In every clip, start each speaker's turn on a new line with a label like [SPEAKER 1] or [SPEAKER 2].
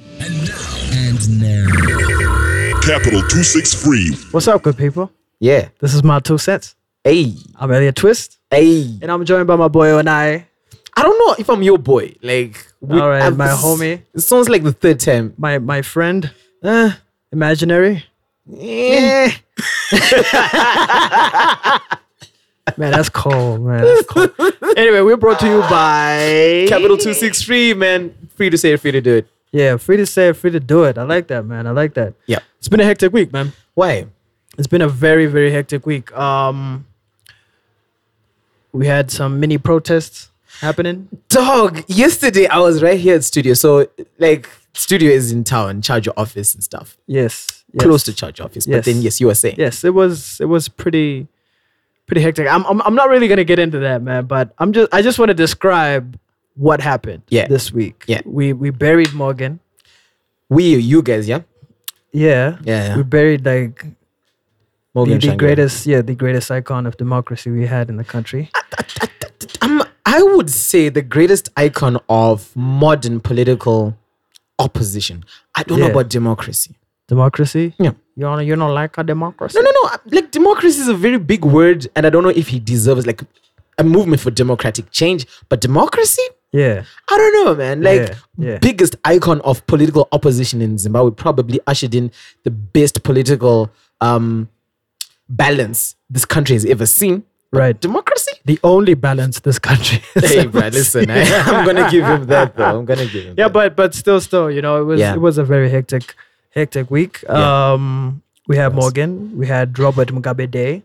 [SPEAKER 1] And now. And now.
[SPEAKER 2] Capital 263.
[SPEAKER 3] What's up, good people?
[SPEAKER 4] Yeah.
[SPEAKER 3] This is my two cents.
[SPEAKER 4] Hey.
[SPEAKER 3] I'm Elliot Twist,
[SPEAKER 4] Hey.
[SPEAKER 3] and I'm joined by my boy Onai.
[SPEAKER 4] I don't know if I'm your boy. Like, we-
[SPEAKER 3] All right,
[SPEAKER 4] I've-
[SPEAKER 3] my homie.
[SPEAKER 4] It sounds like the third time.
[SPEAKER 3] my my friend, Eh,
[SPEAKER 4] Uh,
[SPEAKER 3] imaginary. Eh.
[SPEAKER 4] yeah.
[SPEAKER 3] Man, that's cold, man. That's cold. anyway, we're brought to you by
[SPEAKER 4] Capital 263, man. Free to say it, free to do it.
[SPEAKER 3] Yeah, free to say, it, free to do it. I like that, man. I like that.
[SPEAKER 4] Yeah.
[SPEAKER 3] It's been a hectic week, man.
[SPEAKER 4] Why?
[SPEAKER 3] It's been a very very hectic week. Um, we had some mini protests happening.
[SPEAKER 4] Dog, yesterday I was right here at studio. So, like, studio is in town, charge your office and stuff.
[SPEAKER 3] Yes, yes.
[SPEAKER 4] Close to charge office.
[SPEAKER 3] Yes.
[SPEAKER 4] But then, yes, you were saying.
[SPEAKER 3] yes, it was it was pretty pretty hectic. I'm I'm, I'm not really gonna get into that, man. But I'm just I just want to describe what happened
[SPEAKER 4] Yeah.
[SPEAKER 3] this week.
[SPEAKER 4] Yeah.
[SPEAKER 3] we we buried Morgan.
[SPEAKER 4] We, you guys, yeah?
[SPEAKER 3] Yeah,
[SPEAKER 4] Yeah, yeah.
[SPEAKER 3] we buried like the,
[SPEAKER 4] Morgan
[SPEAKER 3] the
[SPEAKER 4] Shango.
[SPEAKER 3] greatest yeah the greatest icon of democracy we had in the country.
[SPEAKER 4] Um, I would say the greatest icon of modern political opposition. I don't
[SPEAKER 3] Yeah.
[SPEAKER 4] know about democracy.
[SPEAKER 3] democracy.
[SPEAKER 4] Yeah.
[SPEAKER 3] You don't you don't like a democracy.
[SPEAKER 4] No, no, no. I- Like democracy is a very big word, and I don't know if he deserves like a movement for democratic change. But democracy,
[SPEAKER 3] Yeah,
[SPEAKER 4] I don't know, man. Like
[SPEAKER 3] Yeah, yeah.
[SPEAKER 4] biggest icon of political opposition in Zimbabwe probably ushered in the best political um balance this country has ever seen.
[SPEAKER 3] right.
[SPEAKER 4] Democracy.
[SPEAKER 3] the only balance this country. has
[SPEAKER 4] Hey,
[SPEAKER 3] ever
[SPEAKER 4] bro, listen.
[SPEAKER 3] seen.
[SPEAKER 4] I, I'm gonna give him that, though. I'm gonna give him.
[SPEAKER 3] yeah
[SPEAKER 4] that.
[SPEAKER 3] but but still still you know it was
[SPEAKER 4] Yeah.
[SPEAKER 3] it was a very hectic hectic week
[SPEAKER 4] Yeah.
[SPEAKER 3] um we had morgan we had robert mugabe day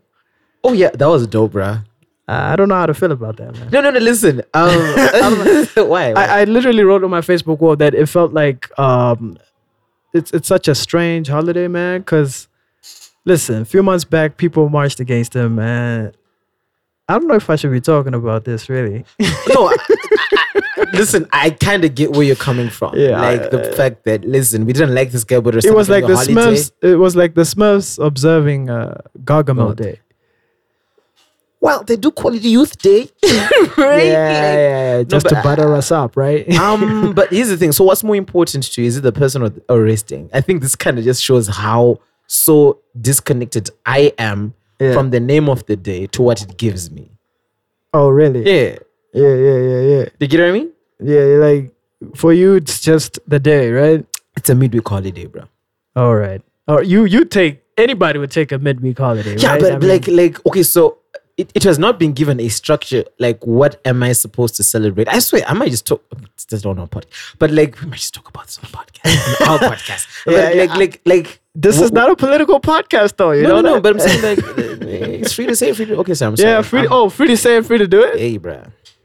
[SPEAKER 4] oh yeah, that was dope, bruh.
[SPEAKER 3] uh, i don't know how to feel about that man
[SPEAKER 4] No, no, no. Listen. Um, why? why?
[SPEAKER 3] I, I literally wrote on my facebook wall that it felt like um it's it's such a strange holiday man because listen a few months back people marched against him and i don't know if i should be talking about this really
[SPEAKER 4] no. I, I- listen, I kind of get where you're coming from.
[SPEAKER 3] Yeah, uh,
[SPEAKER 4] like the fact that listen, we didn't like this guy, but
[SPEAKER 3] it was like the
[SPEAKER 4] holiday.
[SPEAKER 3] smurfs it was like the smurfs observing uh gargamel
[SPEAKER 4] God.
[SPEAKER 3] day
[SPEAKER 4] Well, they do call it Youth Day, right?
[SPEAKER 3] yeah, yeah, just
[SPEAKER 4] but
[SPEAKER 3] to butter us up right
[SPEAKER 4] um, but here's the thing. So, what's more important to you? Is it the person or arresting? I think this kind of just shows how so disconnected I am
[SPEAKER 3] Yeah.
[SPEAKER 4] from the name of the day to what it gives me.
[SPEAKER 3] oh really
[SPEAKER 4] Yeah.
[SPEAKER 3] Yeah, yeah, yeah, yeah.
[SPEAKER 4] Do you get what I mean?
[SPEAKER 3] Yeah, like for you it's just the day, right?
[SPEAKER 4] It's a midweek holiday, bro.
[SPEAKER 3] All right. Or you you take anybody would take a midweek holiday,
[SPEAKER 4] Yeah,
[SPEAKER 3] right?
[SPEAKER 4] but
[SPEAKER 3] I mean,
[SPEAKER 4] like, like, okay, so it, it has not been given a structure. Like, what am I supposed to celebrate? I swear, I might just talk. This don't know podcast, but like, we might just talk about this on a podcast, on our podcast.
[SPEAKER 3] Yeah,
[SPEAKER 4] but
[SPEAKER 3] yeah.
[SPEAKER 4] like, like, like,
[SPEAKER 3] this is not a political podcast though, you
[SPEAKER 4] No,
[SPEAKER 3] know?
[SPEAKER 4] no, no.
[SPEAKER 3] that?
[SPEAKER 4] But I'm saying like, uh, it's free to say, free to. Okay, so I'm sorry.
[SPEAKER 3] yeah, free
[SPEAKER 4] I'm-
[SPEAKER 3] oh free to say it, free to do it.
[SPEAKER 4] hey, bro,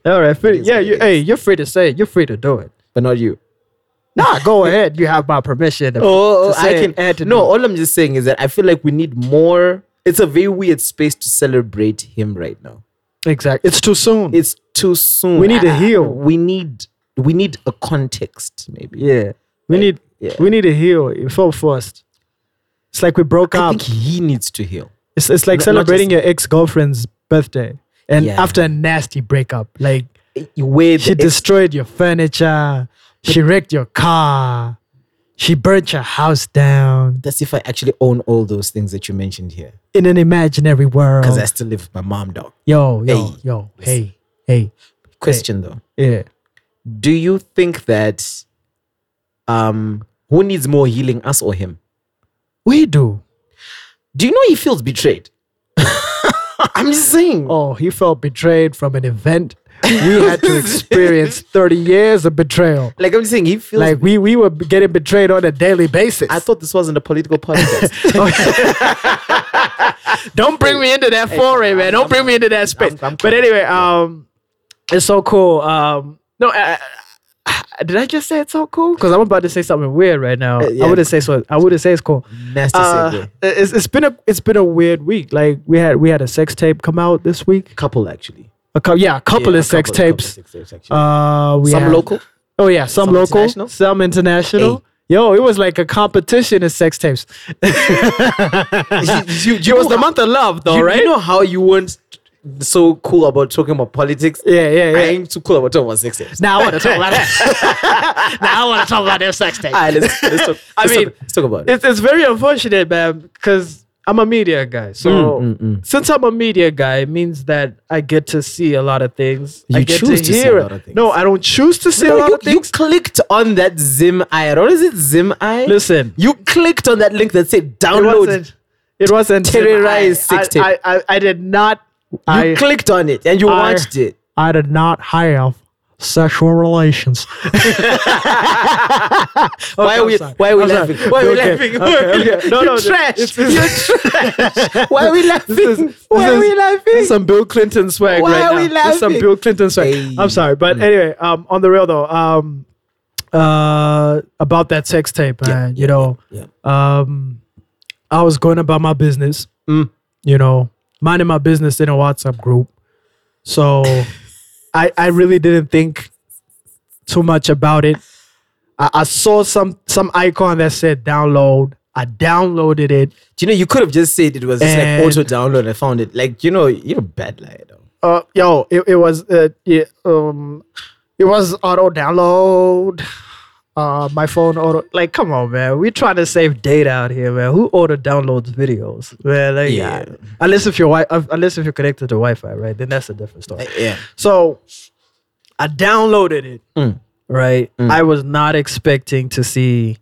[SPEAKER 3] All right, free,
[SPEAKER 4] is
[SPEAKER 3] yeah,
[SPEAKER 4] what it
[SPEAKER 3] you,
[SPEAKER 4] is.
[SPEAKER 3] hey, you're free to say it, you're free to do it.
[SPEAKER 4] but not you.
[SPEAKER 3] Nah, go ahead. You have my permission. to-
[SPEAKER 4] Oh,
[SPEAKER 3] to
[SPEAKER 4] I
[SPEAKER 3] say
[SPEAKER 4] can
[SPEAKER 3] it and to
[SPEAKER 4] No,
[SPEAKER 3] do it.
[SPEAKER 4] all I'm just saying is that I feel like we need more. It's a very weird space to celebrate him right now.
[SPEAKER 3] exactly. It's too soon.
[SPEAKER 4] It's too soon.
[SPEAKER 3] We need to
[SPEAKER 4] I- I-
[SPEAKER 3] heal.
[SPEAKER 4] We need we need a context, maybe.
[SPEAKER 3] yeah. We need
[SPEAKER 4] yeah.
[SPEAKER 3] we need to heal. It felt forced. It's like we broke
[SPEAKER 4] I
[SPEAKER 3] up.
[SPEAKER 4] think he needs to heal.
[SPEAKER 3] It's, it's like
[SPEAKER 4] Not- not
[SPEAKER 3] celebrating your ex girlfriend's birthday. And
[SPEAKER 4] Yeah.
[SPEAKER 3] after a nasty breakup, like
[SPEAKER 4] Eh, Where
[SPEAKER 3] she
[SPEAKER 4] the
[SPEAKER 3] destroyed your furniture, she wrecked your car, she burnt your house down
[SPEAKER 4] that's if I actually own all those things that you mentioned here.
[SPEAKER 3] in an imaginary world.
[SPEAKER 4] Because I still live with my mom, dog.
[SPEAKER 3] yo, yo,
[SPEAKER 4] Hey.
[SPEAKER 3] yo, hey, hey,
[SPEAKER 4] Question though.
[SPEAKER 3] yeah.
[SPEAKER 4] Do you think that um who needs more healing, us or him?
[SPEAKER 3] We do.
[SPEAKER 4] Do you know he feels betrayed? I'm just saying.
[SPEAKER 3] Oh, he felt betrayed from an event. We had to experience 30 years of betrayal.
[SPEAKER 4] Like I'm just saying he feels
[SPEAKER 3] Like we we were getting betrayed on a daily basis.
[SPEAKER 4] I thought this wasn't a political podcast.
[SPEAKER 3] Don't bring me into that foray, man. Don't bring me into that space.
[SPEAKER 4] I'm
[SPEAKER 3] but
[SPEAKER 4] coming.
[SPEAKER 3] anyway, um, it's so cool. Um, no, I, I- I- did I just say it's so cool? Because I'm about to say something weird right now.
[SPEAKER 4] Uh, yeah.
[SPEAKER 3] I wouldn't say so. I wouldn't say it's cool.
[SPEAKER 4] Nasty
[SPEAKER 3] Uh,
[SPEAKER 4] segue.
[SPEAKER 3] it's, it's been a it's been a weird week. Like we had we had a sex tape come out this week.
[SPEAKER 4] Couple actually.
[SPEAKER 3] A couple, yeah, a couple
[SPEAKER 4] Yeah,
[SPEAKER 3] of
[SPEAKER 4] a
[SPEAKER 3] sex
[SPEAKER 4] couple- a couple
[SPEAKER 3] tapes.
[SPEAKER 4] sex tapes, actually.
[SPEAKER 3] Uh, we
[SPEAKER 4] Some
[SPEAKER 3] had-
[SPEAKER 4] local.
[SPEAKER 3] Oh yeah, some,
[SPEAKER 4] Some
[SPEAKER 3] local,
[SPEAKER 4] international?
[SPEAKER 3] some international.
[SPEAKER 4] Hey.
[SPEAKER 3] Yo, it was like a competition in sex tapes.
[SPEAKER 4] you, you, Uh,
[SPEAKER 3] It was the month of love, though,
[SPEAKER 4] you,
[SPEAKER 3] right?
[SPEAKER 4] You know how you want so cool about talking about politics.
[SPEAKER 3] Yeah, yeah, yeah.
[SPEAKER 4] I ain't too cool about talking about sex tapes.
[SPEAKER 2] Now I want to talk about that. now I want to talk about their sex tape.
[SPEAKER 4] All right, let's, let's talk.
[SPEAKER 3] I
[SPEAKER 4] let's
[SPEAKER 3] mean,
[SPEAKER 4] talk, let's talk about it.
[SPEAKER 3] it's, it's very unfortunate, man, because I'm a media guy. So
[SPEAKER 4] Mm, mm, mm.
[SPEAKER 3] since I'm a media guy, it means that I get to see a lot of things. I
[SPEAKER 4] You
[SPEAKER 3] get
[SPEAKER 4] choose to see a
[SPEAKER 3] hear-
[SPEAKER 4] lot of things.
[SPEAKER 3] No, I don't choose to see a lot
[SPEAKER 4] you,
[SPEAKER 3] of
[SPEAKER 4] you
[SPEAKER 3] things.
[SPEAKER 4] clicked on that Zim I. What is it, Zim I?
[SPEAKER 3] Listen,
[SPEAKER 4] you clicked on that link that said
[SPEAKER 3] it
[SPEAKER 4] download.
[SPEAKER 3] wasn't. It wasn't
[SPEAKER 4] Terrorized
[SPEAKER 3] I,
[SPEAKER 4] sex tape.
[SPEAKER 3] I, I, I, I did not.
[SPEAKER 4] you
[SPEAKER 3] I,
[SPEAKER 4] clicked on it and you
[SPEAKER 3] I-
[SPEAKER 4] watched it.
[SPEAKER 3] I did not have sexual relations.
[SPEAKER 4] why are
[SPEAKER 3] I'm
[SPEAKER 4] we?
[SPEAKER 3] sorry.
[SPEAKER 4] Why are we
[SPEAKER 3] I'm
[SPEAKER 4] laughing?
[SPEAKER 3] sorry.
[SPEAKER 4] Why are we
[SPEAKER 3] Okay,
[SPEAKER 4] laughing?
[SPEAKER 3] okay, okay. No,
[SPEAKER 4] You're
[SPEAKER 3] no,
[SPEAKER 4] trash.
[SPEAKER 3] it's-
[SPEAKER 4] You're trash. Why are we laughing?
[SPEAKER 3] This is- this
[SPEAKER 4] why are
[SPEAKER 3] is-
[SPEAKER 4] we laughing?
[SPEAKER 3] This is some Bill Clinton swag
[SPEAKER 4] Why
[SPEAKER 3] right
[SPEAKER 4] are
[SPEAKER 3] now.
[SPEAKER 4] we
[SPEAKER 3] This is some
[SPEAKER 4] laughing?
[SPEAKER 3] Bill Clinton swag.
[SPEAKER 4] Hey. Mm.
[SPEAKER 3] I'm sorry, but anyway, um, on the real though, um, uh, about that sex tape, man. you know,
[SPEAKER 4] yeah,
[SPEAKER 3] um, I was going about my business.
[SPEAKER 4] Mm.
[SPEAKER 3] You know, minding my business in a WhatsApp group, so I I really didn't think too much about it. I, I saw some some icon that said download. I downloaded it.
[SPEAKER 4] Do you know you could have just said it was just like
[SPEAKER 3] And-
[SPEAKER 4] auto download? I found it. Like you know, you're a bad liar though.
[SPEAKER 3] uh yo it, it was uh yeah, um it was auto download uh my phone auto like come on man we trying to save data out here man who auto downloads videos man like
[SPEAKER 4] Yeah.
[SPEAKER 3] yeah unless if you're wi- uh, unless if you're connected to wi-fi right then that's a different story
[SPEAKER 4] Yeah.
[SPEAKER 3] so i downloaded it
[SPEAKER 4] Mm.
[SPEAKER 3] right i was not expecting to see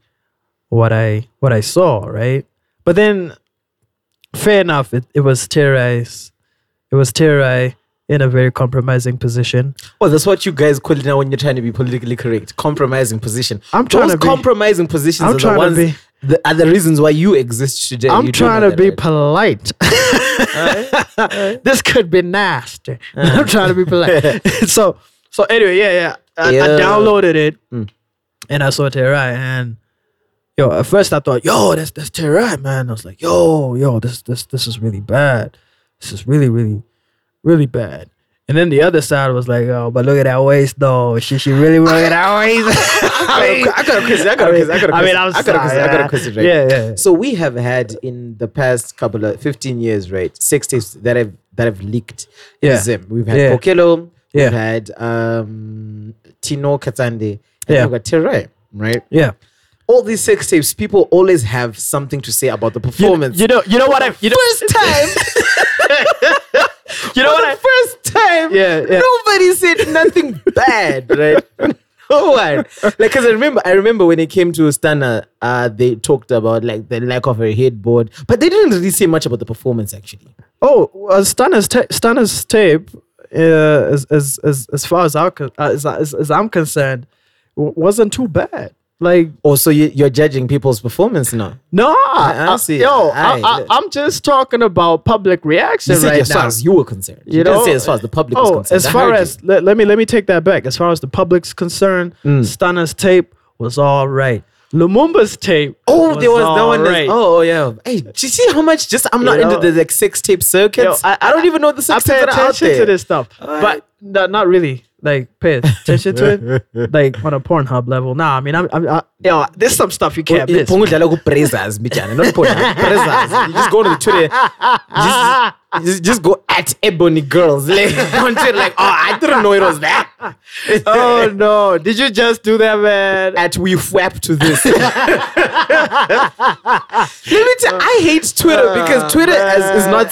[SPEAKER 3] what i what i saw right but then fair enough it, it was terrorized it was terrorized in a very compromising position
[SPEAKER 4] Well, Oh, that's what you guys call it now when you're trying to be politically correct. Compromising position.
[SPEAKER 3] I'm trying
[SPEAKER 4] Those
[SPEAKER 3] to be-
[SPEAKER 4] compromising positions
[SPEAKER 3] I'm
[SPEAKER 4] are the
[SPEAKER 3] trying to
[SPEAKER 4] ones
[SPEAKER 3] be-
[SPEAKER 4] the, are the reasons why you exist today.
[SPEAKER 3] i'm
[SPEAKER 4] You do
[SPEAKER 3] trying
[SPEAKER 4] know
[SPEAKER 3] to be
[SPEAKER 4] that, right?
[SPEAKER 3] polite this could be nasty
[SPEAKER 4] Uh-huh.
[SPEAKER 3] i'm trying to be polite so so anyway yeah yeah i, I
[SPEAKER 4] Yeah. Mm.
[SPEAKER 3] downloaded it and i saw terrorized and yo, at first I thought, yo, that's that's Terry, man. I was like, yo, yo, this this this is really bad. This is really, really, really bad. And then the other side was like, oh, but look at that waist though. She she really look at that waist. I mean,
[SPEAKER 4] I got a question. I got a question. I got a question.
[SPEAKER 3] I mean, I'm
[SPEAKER 4] I got a question.
[SPEAKER 3] sorry,
[SPEAKER 4] I got a
[SPEAKER 3] man.
[SPEAKER 4] question. Right?
[SPEAKER 3] Yeah, yeah, yeah.
[SPEAKER 4] So we have had in the past couple of 15 years, right? Six tapes that have that have leaked. in
[SPEAKER 3] Yeah.
[SPEAKER 4] Zim. We've had
[SPEAKER 3] Yeah.
[SPEAKER 4] Pokelo.
[SPEAKER 3] Yeah.
[SPEAKER 4] We've had um, Tino Katande. And
[SPEAKER 3] Yeah.
[SPEAKER 4] We've got Terai, right?
[SPEAKER 3] yeah.
[SPEAKER 4] All these sex tapes, people always have something to say about the performance.
[SPEAKER 3] You know, you know what I you know,
[SPEAKER 4] first time,
[SPEAKER 3] you know what I
[SPEAKER 4] first time,
[SPEAKER 3] Yeah, yeah.
[SPEAKER 4] nobody said nothing bad, right? No one. Like, cause I remember, I remember when it came to Stana, uh, they talked about like the lack of a headboard, but they didn't really say much about the performance actually.
[SPEAKER 3] Oh, uh, Stanner's ta- Stanner's tape, uh, as, as as as far as I con- uh, as, as as I'm concerned, w- wasn't too bad. Like
[SPEAKER 4] Oh, so you, you're judging people's performance now?
[SPEAKER 3] No,
[SPEAKER 4] I
[SPEAKER 3] I,
[SPEAKER 4] see.
[SPEAKER 3] Yo,
[SPEAKER 4] Aye,
[SPEAKER 3] I,
[SPEAKER 4] look.
[SPEAKER 3] I, am just talking about public
[SPEAKER 4] You
[SPEAKER 3] reaction
[SPEAKER 4] said
[SPEAKER 3] right
[SPEAKER 4] as far
[SPEAKER 3] now.
[SPEAKER 4] as you were concerned. You, didn't say as far as the public was
[SPEAKER 3] oh,
[SPEAKER 4] concerned. I
[SPEAKER 3] as far
[SPEAKER 4] heard you. Mm.
[SPEAKER 3] as let, let me let me take that back. As far as the public's concerned, Stunner's tape was all right. Lumumba's tape.
[SPEAKER 4] Oh, there was that
[SPEAKER 3] all
[SPEAKER 4] one. that's-
[SPEAKER 3] right.
[SPEAKER 4] Oh, yeah. Hey, do you see how much? Just I'm not
[SPEAKER 3] You know-
[SPEAKER 4] into the like sex tape circuits.
[SPEAKER 3] Yo,
[SPEAKER 4] I,
[SPEAKER 3] I-
[SPEAKER 4] don't even know the
[SPEAKER 3] I
[SPEAKER 4] sex
[SPEAKER 3] pay
[SPEAKER 4] tapes that are out
[SPEAKER 3] attention
[SPEAKER 4] there.
[SPEAKER 3] to this stuff,
[SPEAKER 4] All right.
[SPEAKER 3] but no, not really. Like pay attention to it, like on a Pornhub level. Nah, I mean, I'm, I'm I, yo, there's some stuff you can't miss.
[SPEAKER 4] Pongo udlala ku-Brazzers, mbijana, not Pornhub, Brazzers. You just go to the Twitter. Just, just, just go at Ebony Girls. Like, on Twitter, like, oh, I didn't know it was that.
[SPEAKER 3] oh no, did you just do that, man?
[SPEAKER 4] at we fwap to this. Let me tell I hate Twitter
[SPEAKER 3] Uh,
[SPEAKER 4] because Twitter is, is not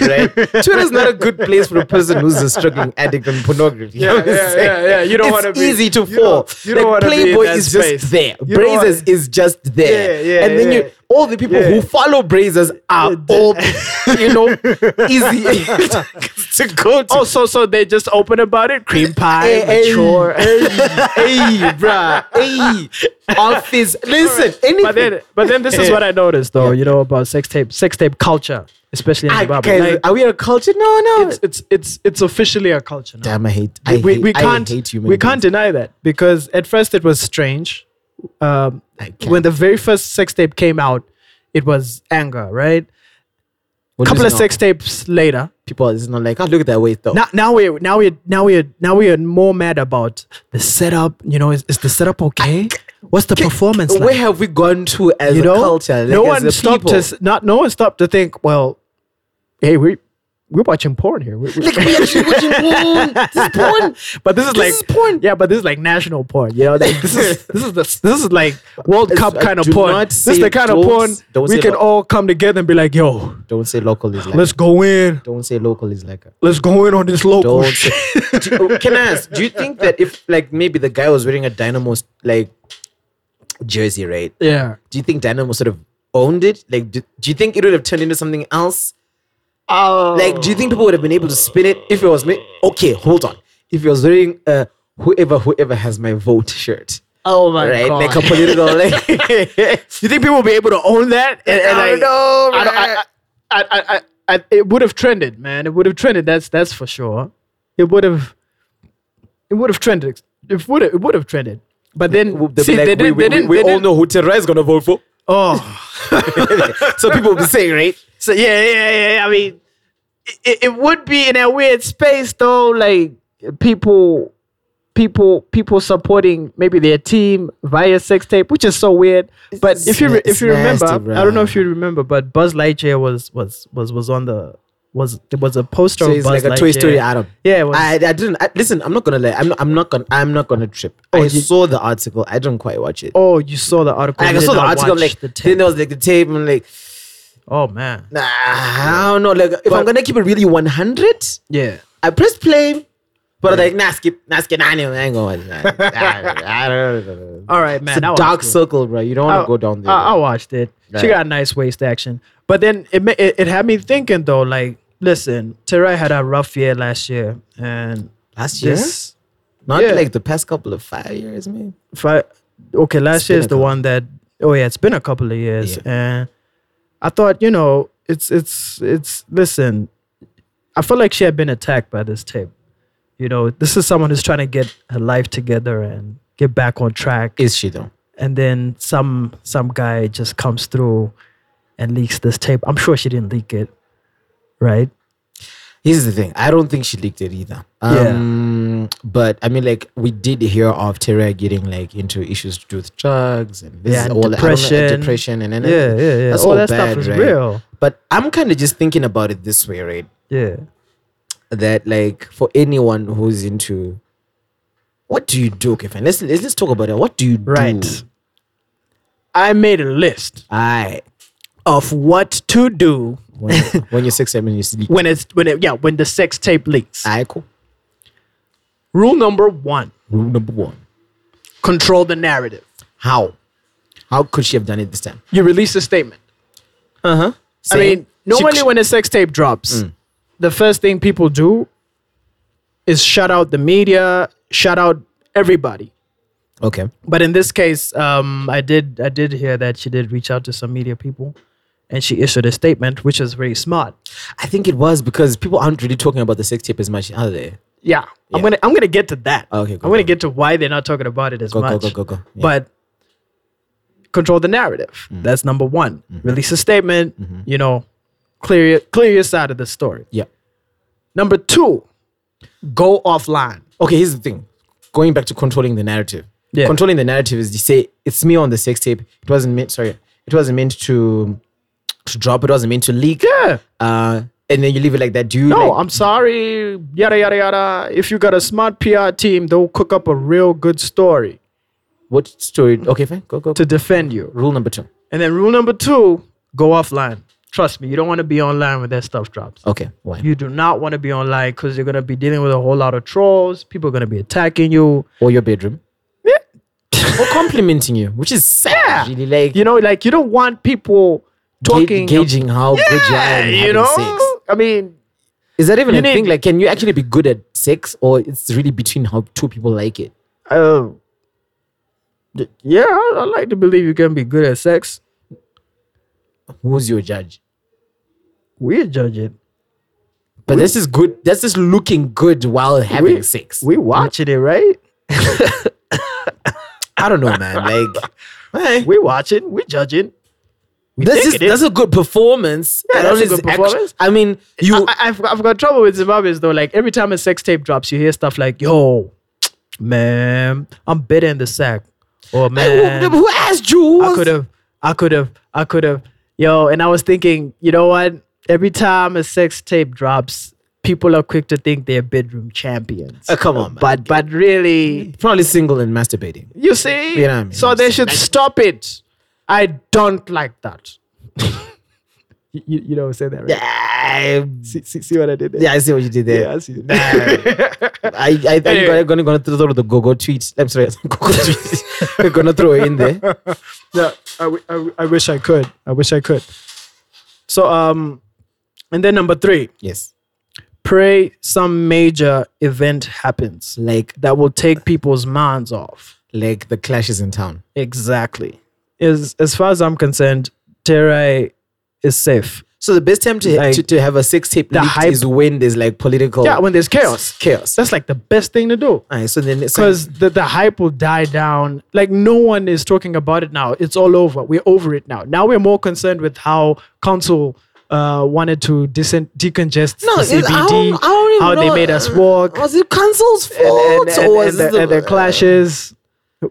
[SPEAKER 4] right? Twitter is not a good place for a person who's a struggling addict on pornography. You know what I'm
[SPEAKER 3] yeah,
[SPEAKER 4] saying?
[SPEAKER 3] yeah, yeah. You don't wanna
[SPEAKER 4] It's
[SPEAKER 3] be-
[SPEAKER 4] easy to
[SPEAKER 3] you don't-
[SPEAKER 4] fall.
[SPEAKER 3] you don't
[SPEAKER 4] like
[SPEAKER 3] wanna be in
[SPEAKER 4] Playboy
[SPEAKER 3] that
[SPEAKER 4] is
[SPEAKER 3] space.
[SPEAKER 4] just there.
[SPEAKER 3] You don't wanna-
[SPEAKER 4] Brazers is just there.
[SPEAKER 3] Yeah, yeah,
[SPEAKER 4] and then
[SPEAKER 3] yeah.
[SPEAKER 4] you all the people who
[SPEAKER 3] Yeah.
[SPEAKER 4] follow Brazers are all you know easy to go to.
[SPEAKER 3] Oh, so so they just open about it? Cream pie,
[SPEAKER 4] Hey, hey,
[SPEAKER 3] mature.
[SPEAKER 4] Hey, hey, bruh. Hey, office. Listen, anything.
[SPEAKER 3] But then, but then this is what I noticed though. You know about sex tape, sex tape culture, especially in
[SPEAKER 4] I
[SPEAKER 3] Zimbabwe.
[SPEAKER 4] can-
[SPEAKER 3] Like,
[SPEAKER 4] are we in a culture? No, no.
[SPEAKER 3] it's, it's it's it's officially a culture now.
[SPEAKER 4] Damn, I hate. I
[SPEAKER 3] we,
[SPEAKER 4] hate,
[SPEAKER 3] we can't
[SPEAKER 4] I hate human
[SPEAKER 3] we can't deny that because at first it was strange. Um,
[SPEAKER 4] can't.
[SPEAKER 3] when the very first sex tape came out, it was anger, right? A couple of sex tapes later,
[SPEAKER 4] people. It's not like. Oh, look at that weight though.
[SPEAKER 3] now now we're now we're now we're now we're more mad about the setup. You know, is, is the setup okay? What's the performance
[SPEAKER 4] Where
[SPEAKER 3] like?
[SPEAKER 4] have we gone to as
[SPEAKER 3] you
[SPEAKER 4] a
[SPEAKER 3] know,
[SPEAKER 4] culture? Like
[SPEAKER 3] no
[SPEAKER 4] as
[SPEAKER 3] one
[SPEAKER 4] a
[SPEAKER 3] stopped
[SPEAKER 4] people?
[SPEAKER 3] to s- not no one stopped to think. Well, hey, we we're watching porn here. We- we-
[SPEAKER 4] Like we actually watching porn. This is porn.
[SPEAKER 3] but this is
[SPEAKER 4] This
[SPEAKER 3] like
[SPEAKER 4] is porn.
[SPEAKER 3] Yeah, but this is like national porn. You know, like, this is this is the, this is like World
[SPEAKER 4] It's-
[SPEAKER 3] Cup
[SPEAKER 4] uh,
[SPEAKER 3] kind of
[SPEAKER 4] do
[SPEAKER 3] porn.
[SPEAKER 4] not
[SPEAKER 3] This is
[SPEAKER 4] say
[SPEAKER 3] the kind of
[SPEAKER 4] don't-
[SPEAKER 3] porn
[SPEAKER 4] don't
[SPEAKER 3] we
[SPEAKER 4] say
[SPEAKER 3] can
[SPEAKER 4] don't-
[SPEAKER 3] all come together and be like, yo,
[SPEAKER 4] Don't say local is like.
[SPEAKER 3] let's go in,
[SPEAKER 4] don't say local is like.
[SPEAKER 3] let's go in on this local
[SPEAKER 4] Don't.
[SPEAKER 3] shit.
[SPEAKER 4] say- Do you- Oh, can I ask? Do you think that if like maybe the guy was wearing a Dynamo like jersey, right?
[SPEAKER 3] Yeah,
[SPEAKER 4] Do you think Dynamo sort of owned it? Like, do, do you think it would have turned into something else?
[SPEAKER 2] Oh,
[SPEAKER 4] Like, do you think people would have been able to spin it if it was me? Okay, hold on. If it was wearing uh, whoever whoever has my vote shirt,
[SPEAKER 2] oh my
[SPEAKER 4] right?
[SPEAKER 2] god!
[SPEAKER 4] Like a political. Like,
[SPEAKER 3] you think people will be able to own that? And, and
[SPEAKER 4] I
[SPEAKER 3] like,
[SPEAKER 4] don't know,
[SPEAKER 3] I don't-
[SPEAKER 4] man.
[SPEAKER 3] I, I, I, I, I, it would have trended, man. It would have trended. That's that's for sure. It would have, it would have trended. It would have, it would have trended. But then,
[SPEAKER 4] They'll be
[SPEAKER 3] see,
[SPEAKER 4] like,
[SPEAKER 3] they didn't.
[SPEAKER 4] we, we-
[SPEAKER 3] They
[SPEAKER 4] we-
[SPEAKER 3] didn't.
[SPEAKER 4] we
[SPEAKER 3] they
[SPEAKER 4] all
[SPEAKER 3] didn't-
[SPEAKER 4] know who Terra is gonna vote for.
[SPEAKER 3] Oh.
[SPEAKER 4] so people will be saying, right?
[SPEAKER 3] So yeah, yeah, yeah, yeah. I mean, it, it would be in that weird space though, like people, people, people supporting maybe their team via sex tape, which is so weird. But if you re-
[SPEAKER 4] It's
[SPEAKER 3] if you remember,
[SPEAKER 4] nasty, bro.
[SPEAKER 3] I don't know if you remember, but Buzz Lightyear was was was was on the was there was a poster.
[SPEAKER 4] So
[SPEAKER 3] of
[SPEAKER 4] it's
[SPEAKER 3] Buzz
[SPEAKER 4] like a Toy
[SPEAKER 3] Lightyear.
[SPEAKER 4] Story Adam.
[SPEAKER 3] Yeah, it was-
[SPEAKER 4] I, I didn't I, listen. I'm not gonna lie. I'm not, I'm not gonna I'm not gonna trip. I
[SPEAKER 3] Oh, you-
[SPEAKER 4] saw the article. I didn't quite watch it.
[SPEAKER 3] oh, you saw the article.
[SPEAKER 4] Like,
[SPEAKER 3] you
[SPEAKER 4] I
[SPEAKER 3] did
[SPEAKER 4] saw the
[SPEAKER 3] not
[SPEAKER 4] article. I'm
[SPEAKER 3] watch
[SPEAKER 4] like
[SPEAKER 3] the tape.
[SPEAKER 4] then there was like the tape. I'm like,
[SPEAKER 3] oh man,
[SPEAKER 4] nah, I don't know. Like if I'm gonna keep it really 100,
[SPEAKER 3] yeah.
[SPEAKER 4] I pressed play. But I was like, nah, skip, nah, skip, nah, I ain't gonna watch that. I don't know.
[SPEAKER 3] All right, Oh, man.
[SPEAKER 4] It's
[SPEAKER 3] that
[SPEAKER 4] a
[SPEAKER 3] was
[SPEAKER 4] dark
[SPEAKER 3] cool. Oh, uh,
[SPEAKER 4] circle, bro. You don't want to go down there.
[SPEAKER 3] I, I watched it. She
[SPEAKER 4] Yeah.
[SPEAKER 3] got nice waist action, but then it, ma- it it had me thinking though. Like, listen, Terai had a rough year last year, and
[SPEAKER 4] Last year,
[SPEAKER 3] this
[SPEAKER 4] not
[SPEAKER 3] yeah.
[SPEAKER 4] like the past couple of five years, man.
[SPEAKER 3] fi- okay, last
[SPEAKER 4] It's
[SPEAKER 3] year
[SPEAKER 4] been
[SPEAKER 3] is
[SPEAKER 4] a
[SPEAKER 3] the
[SPEAKER 4] couple.
[SPEAKER 3] one that oh yeah, it's been a couple of years,
[SPEAKER 4] Yeah.
[SPEAKER 3] and I thought you know it's it's it's listen, I feel like she had been attacked by this tape. You know, this is someone who's trying to get her life together and get back on track.
[SPEAKER 4] Is she though?
[SPEAKER 3] and then some some guy just comes through and leaks this tape. I'm sure she didn't leak it, right?
[SPEAKER 4] Here's the thing. I don't think she leaked it either.
[SPEAKER 3] Yeah.
[SPEAKER 4] Um, But I mean, like we did hear of Tara getting like into issues to do with drugs and this
[SPEAKER 3] Yeah,
[SPEAKER 4] is
[SPEAKER 3] and
[SPEAKER 4] all I don't know,
[SPEAKER 3] depression.
[SPEAKER 4] depression and, and
[SPEAKER 3] Yeah, yeah, yeah.
[SPEAKER 4] That's
[SPEAKER 3] all
[SPEAKER 4] all
[SPEAKER 3] that
[SPEAKER 4] bad,
[SPEAKER 3] stuff is
[SPEAKER 4] right?
[SPEAKER 3] real.
[SPEAKER 4] But I'm kind of just thinking about it this way, right?
[SPEAKER 3] Yeah.
[SPEAKER 4] That like for anyone who's into, what do you do, Kevin? Let's let's, let's talk about it. What do you
[SPEAKER 3] Right.
[SPEAKER 4] do?
[SPEAKER 3] I made a list
[SPEAKER 4] I
[SPEAKER 3] of what to do
[SPEAKER 4] when, when you're six, seven, you sleep.
[SPEAKER 3] when it's when it yeah, when the sex tape leaks.
[SPEAKER 4] I cool.
[SPEAKER 3] Rule number 1,
[SPEAKER 4] Rule number one.
[SPEAKER 3] control the narrative.
[SPEAKER 4] How? How could she have done it this time?
[SPEAKER 3] You release a statement.
[SPEAKER 4] Uh huh.
[SPEAKER 3] I mean, normally when a sex tape drops, the first thing people do is shout out the media, shout out everybody.
[SPEAKER 4] okay.
[SPEAKER 3] but in this case, um, I did I did hear that she did reach out to some media people, and she issued a statement, which is very smart.
[SPEAKER 4] I think it was because people aren't really talking about the sex tape as much, are they?
[SPEAKER 3] Yeah, I'm
[SPEAKER 4] Yeah.
[SPEAKER 3] gonna I'm gonna get to that.
[SPEAKER 4] Okay, go,
[SPEAKER 3] I'm gonna
[SPEAKER 4] go.
[SPEAKER 3] get to why they're not talking about it as
[SPEAKER 4] Go, go,
[SPEAKER 3] much.
[SPEAKER 4] go, go, go. Yeah. Mm-hmm.
[SPEAKER 3] But control the narrative. That's number one. Release a statement. You know, clear your, clear your side of the story.
[SPEAKER 4] Yeah.
[SPEAKER 3] Number two, go offline.
[SPEAKER 4] Okay, here's the thing. Going back to controlling the narrative.
[SPEAKER 3] Yeah.
[SPEAKER 4] Controlling the narrative is you say it's me on the sex tape. It wasn't meant. Sorry, it wasn't meant to to drop. It wasn't meant to leak.
[SPEAKER 3] Yeah.
[SPEAKER 4] Uh, and then you leave it like that. Do you?
[SPEAKER 3] No,
[SPEAKER 4] like,
[SPEAKER 3] I'm sorry, yada yada yada. If you got a smart PR team, they'll cook up a real good story.
[SPEAKER 4] what story? Okay, fine. Go, go. go.
[SPEAKER 3] to defend you.
[SPEAKER 4] Rule number two.
[SPEAKER 3] And then rule number two, go offline. Trust me, you don't want to be online when that stuff drops.
[SPEAKER 4] Okay. Why?
[SPEAKER 3] You do not want to be online because you're gonna be dealing with a whole lot of trolls. People are gonna be attacking you.
[SPEAKER 4] or your bedroom.
[SPEAKER 3] Yeah.
[SPEAKER 4] or complimenting you, which is sad.
[SPEAKER 3] Yeah.
[SPEAKER 4] Really, like
[SPEAKER 3] You know, like you don't want people talking.
[SPEAKER 4] ga- gauging how good you are.
[SPEAKER 3] yeah,
[SPEAKER 4] in
[SPEAKER 3] you
[SPEAKER 4] having
[SPEAKER 3] know.
[SPEAKER 4] Sex.
[SPEAKER 3] I mean,
[SPEAKER 4] Is that even
[SPEAKER 3] You
[SPEAKER 4] a
[SPEAKER 3] need-
[SPEAKER 4] thing? Like, can you actually be good at sex, or it's really between how two people like it?
[SPEAKER 3] uh, d- yeah, I, I like to believe you can be good at sex.
[SPEAKER 4] Who's your judge?
[SPEAKER 3] We judge it.
[SPEAKER 4] But this is good. That's just looking good while having
[SPEAKER 3] We-
[SPEAKER 4] sex.
[SPEAKER 3] We watching it, right?
[SPEAKER 4] I don't know, man. Like, eh,
[SPEAKER 3] We watching. We judging.
[SPEAKER 4] that's
[SPEAKER 3] think
[SPEAKER 4] just
[SPEAKER 3] it is.
[SPEAKER 4] that's a good performance.
[SPEAKER 3] Yeah,
[SPEAKER 4] That
[SPEAKER 3] that's a
[SPEAKER 4] is
[SPEAKER 3] good
[SPEAKER 4] act-
[SPEAKER 3] performance.
[SPEAKER 4] I mean, you.
[SPEAKER 3] I, have I've got trouble with Zimbabweans though. Like every time a sex tape drops, you hear stuff like, "Yo, man, I'm better in the sack," or
[SPEAKER 4] who,
[SPEAKER 3] "Man,
[SPEAKER 4] who asked you? Who
[SPEAKER 3] I
[SPEAKER 4] was-
[SPEAKER 3] could have, I could have, I could have." Yo, and I was thinking, you know what? every time a sex tape drops, people are quick to think they're bedroom champions.
[SPEAKER 4] Uh, come on, man.
[SPEAKER 3] but but really,
[SPEAKER 4] Probably single and masturbating.
[SPEAKER 3] you see,
[SPEAKER 4] You know what I mean?
[SPEAKER 3] so they should stop it. I don't like that. you, you you don't say that, right?
[SPEAKER 4] Yeah, I-
[SPEAKER 3] See, see, see what I did there?
[SPEAKER 4] yeah, I see what you did there.
[SPEAKER 3] Yeah, I see.
[SPEAKER 4] I, I think
[SPEAKER 3] Anyway.
[SPEAKER 4] I'm gonna, gonna throw the go-go tweets. I'm sorry, go-go tweets. We're gonna throw it in there.
[SPEAKER 3] yeah, I, w- I, w- I wish I could. I wish I could. So, um, and then number three,
[SPEAKER 4] Yes,
[SPEAKER 3] pray some major event happens
[SPEAKER 4] like
[SPEAKER 3] that will take people's minds off.
[SPEAKER 4] like the clashes in town.
[SPEAKER 3] Exactly. As as far as I'm concerned, Terra is safe.
[SPEAKER 4] So the best time to
[SPEAKER 3] Like,
[SPEAKER 4] to, to have a sex tape
[SPEAKER 3] the
[SPEAKER 4] leaked
[SPEAKER 3] hype-
[SPEAKER 4] is when there's like political
[SPEAKER 3] Yeah, when there's chaos,
[SPEAKER 4] chaos.
[SPEAKER 3] that's like the best thing to do
[SPEAKER 4] Alright, so then it's
[SPEAKER 3] because the the hype will die down. Like no one is talking about it now. It's all over. We're over it now. Now we're more concerned with how council. Uh, wanted to disen- decongest
[SPEAKER 4] no,
[SPEAKER 3] the CBD,
[SPEAKER 4] it's- I don't, I don't even
[SPEAKER 3] how they
[SPEAKER 4] know.
[SPEAKER 3] made us walk,
[SPEAKER 4] Was it council's
[SPEAKER 3] and,
[SPEAKER 4] fault
[SPEAKER 3] and,
[SPEAKER 4] or
[SPEAKER 3] and,
[SPEAKER 4] was
[SPEAKER 3] and, the,
[SPEAKER 4] it
[SPEAKER 3] and the clashes. Yeah,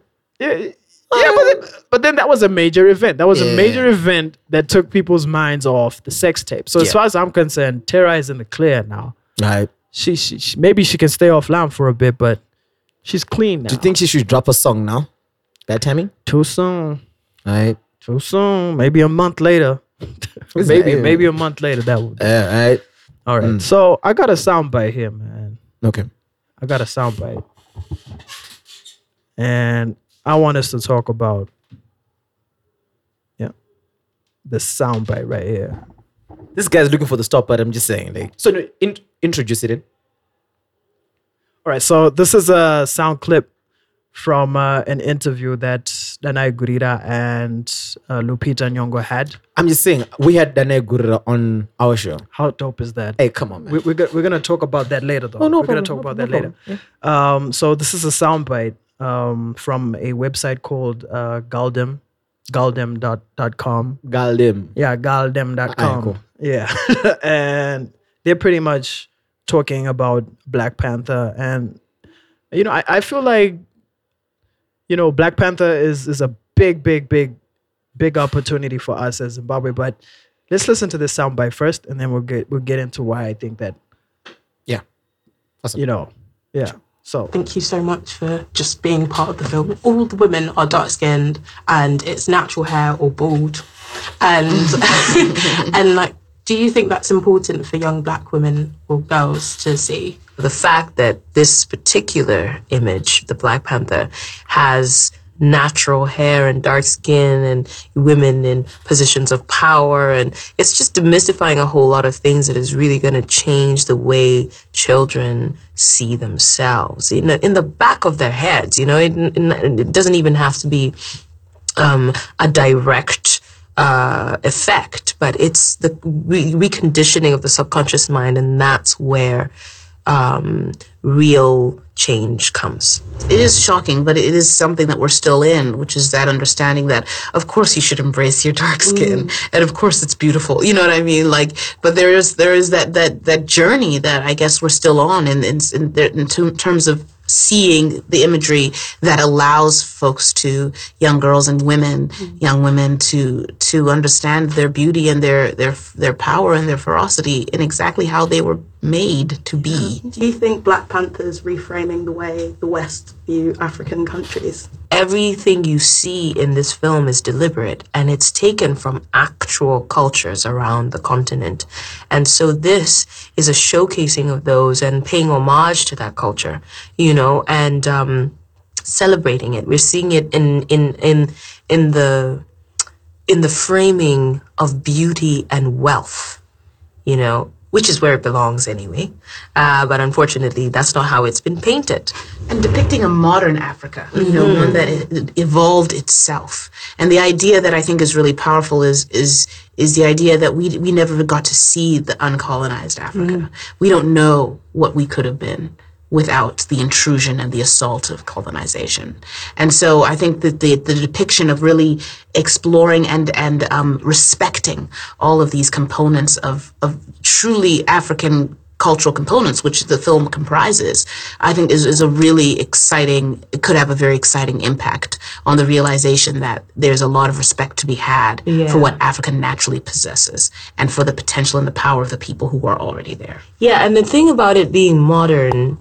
[SPEAKER 3] yeah, but, then, but then that was a major event. That was
[SPEAKER 4] uh, Yeah.
[SPEAKER 3] a major event that took people's minds off the sex tape. So as
[SPEAKER 4] Yeah.
[SPEAKER 3] far as I'm concerned, Tara is in the clear now.
[SPEAKER 4] Alright.
[SPEAKER 3] She, she, she maybe she can stay offline for a bit, but she's clean now.
[SPEAKER 4] Do you think she should drop a song now? That timing?
[SPEAKER 3] too soon?
[SPEAKER 4] Alright.
[SPEAKER 3] Too soon? Maybe a month later. maybe
[SPEAKER 4] it?
[SPEAKER 3] maybe a month later that would.
[SPEAKER 4] Uh, alright.
[SPEAKER 3] All right. So I got a soundbite here, man.
[SPEAKER 4] Okay.
[SPEAKER 3] I got a soundbite. And I want us to talk about yeah, the soundbite right here.
[SPEAKER 4] This guy's looking for the stop, but I'm just saying, like, so no, in, introduce it in.
[SPEAKER 3] All right, so this is a sound clip from uh, an interview that Danai Gurira and uh, Lupita Nyong'o had.
[SPEAKER 4] I'm just saying, we had Danae Gurira on our show.
[SPEAKER 3] How dope is that?
[SPEAKER 4] Hey, come on, man.
[SPEAKER 3] We, we're, go- we're gonna talk about that later, though.
[SPEAKER 4] Oh, no
[SPEAKER 3] we're gonna
[SPEAKER 4] problem,
[SPEAKER 3] talk
[SPEAKER 4] no-
[SPEAKER 3] about
[SPEAKER 4] no
[SPEAKER 3] that later. Um, so this is a soundbite um, from a website called uh, Galdem, galdem.com.
[SPEAKER 4] Galdim.
[SPEAKER 3] Yeah, galdem.com.
[SPEAKER 4] Alright, cool.
[SPEAKER 3] Yeah. and they're pretty much talking about Black Panther. And, you know, I, I feel like, you know, Black Panther is, is a big, big, big, big opportunity for us as Zimbabwe. But let's listen to this soundbite first, and then we'll get, we'll get into why I think that,
[SPEAKER 4] Yeah. Awesome.
[SPEAKER 3] you know, yeah. So,
[SPEAKER 5] Thank you so much for just being part of the film. All the women are dark skinned and it's natural hair or bald. And and like do you think that's important for young black women or girls to see?
[SPEAKER 6] the fact that this particular image, the Black Panther, has natural hair and dark skin and women in positions of power and it's just demystifying a whole lot of things that is really going to change the way children see themselves in the, in the back of their heads you know it, it doesn't even have to be um, a direct uh, effect, but it's the re- reconditioning of the subconscious mind, and that's where um, real change comes.
[SPEAKER 7] it is shocking, but it is something that we're still in, which is that understanding that, of course, you should embrace your dark
[SPEAKER 6] Mm.
[SPEAKER 7] skin, and of course, it's beautiful. You know what I mean? Like, but there is there is that that that journey that I guess we're still on, in in in, there- in t- terms of seeing the imagery that allows folks to young girls and women young women to to understand their beauty and their their their power and their ferocity and exactly how they were made to be
[SPEAKER 5] Do you think Black Panther's reframing the way the West view African countries?
[SPEAKER 6] everything you see in this film is deliberate and it's taken from actual cultures around the continent. And so this is a showcasing of those and paying homage to that culture, you know, and um, celebrating it. We're seeing it in in in in the in the framing of beauty and wealth you know, which is where it belongs anyway. Uh, but unfortunately, that's not how it's been painted.
[SPEAKER 7] and depicting a modern Africa, you know, one that e- evolved itself. And the idea that I think is really powerful is is is the idea that we we never got to see the uncolonized Africa. We don't know what we could have been without the intrusion and the assault of colonization. And so I think that the, the depiction of really exploring and and um, respecting all of these components of of truly African cultural components, which the film comprises, I think is, is a really exciting, it could have a very exciting impact on the realization that there's a lot of respect to be had for what Africa naturally possesses and for the potential and the power of the people who are already there.
[SPEAKER 6] Yeah, and the thing about it being modern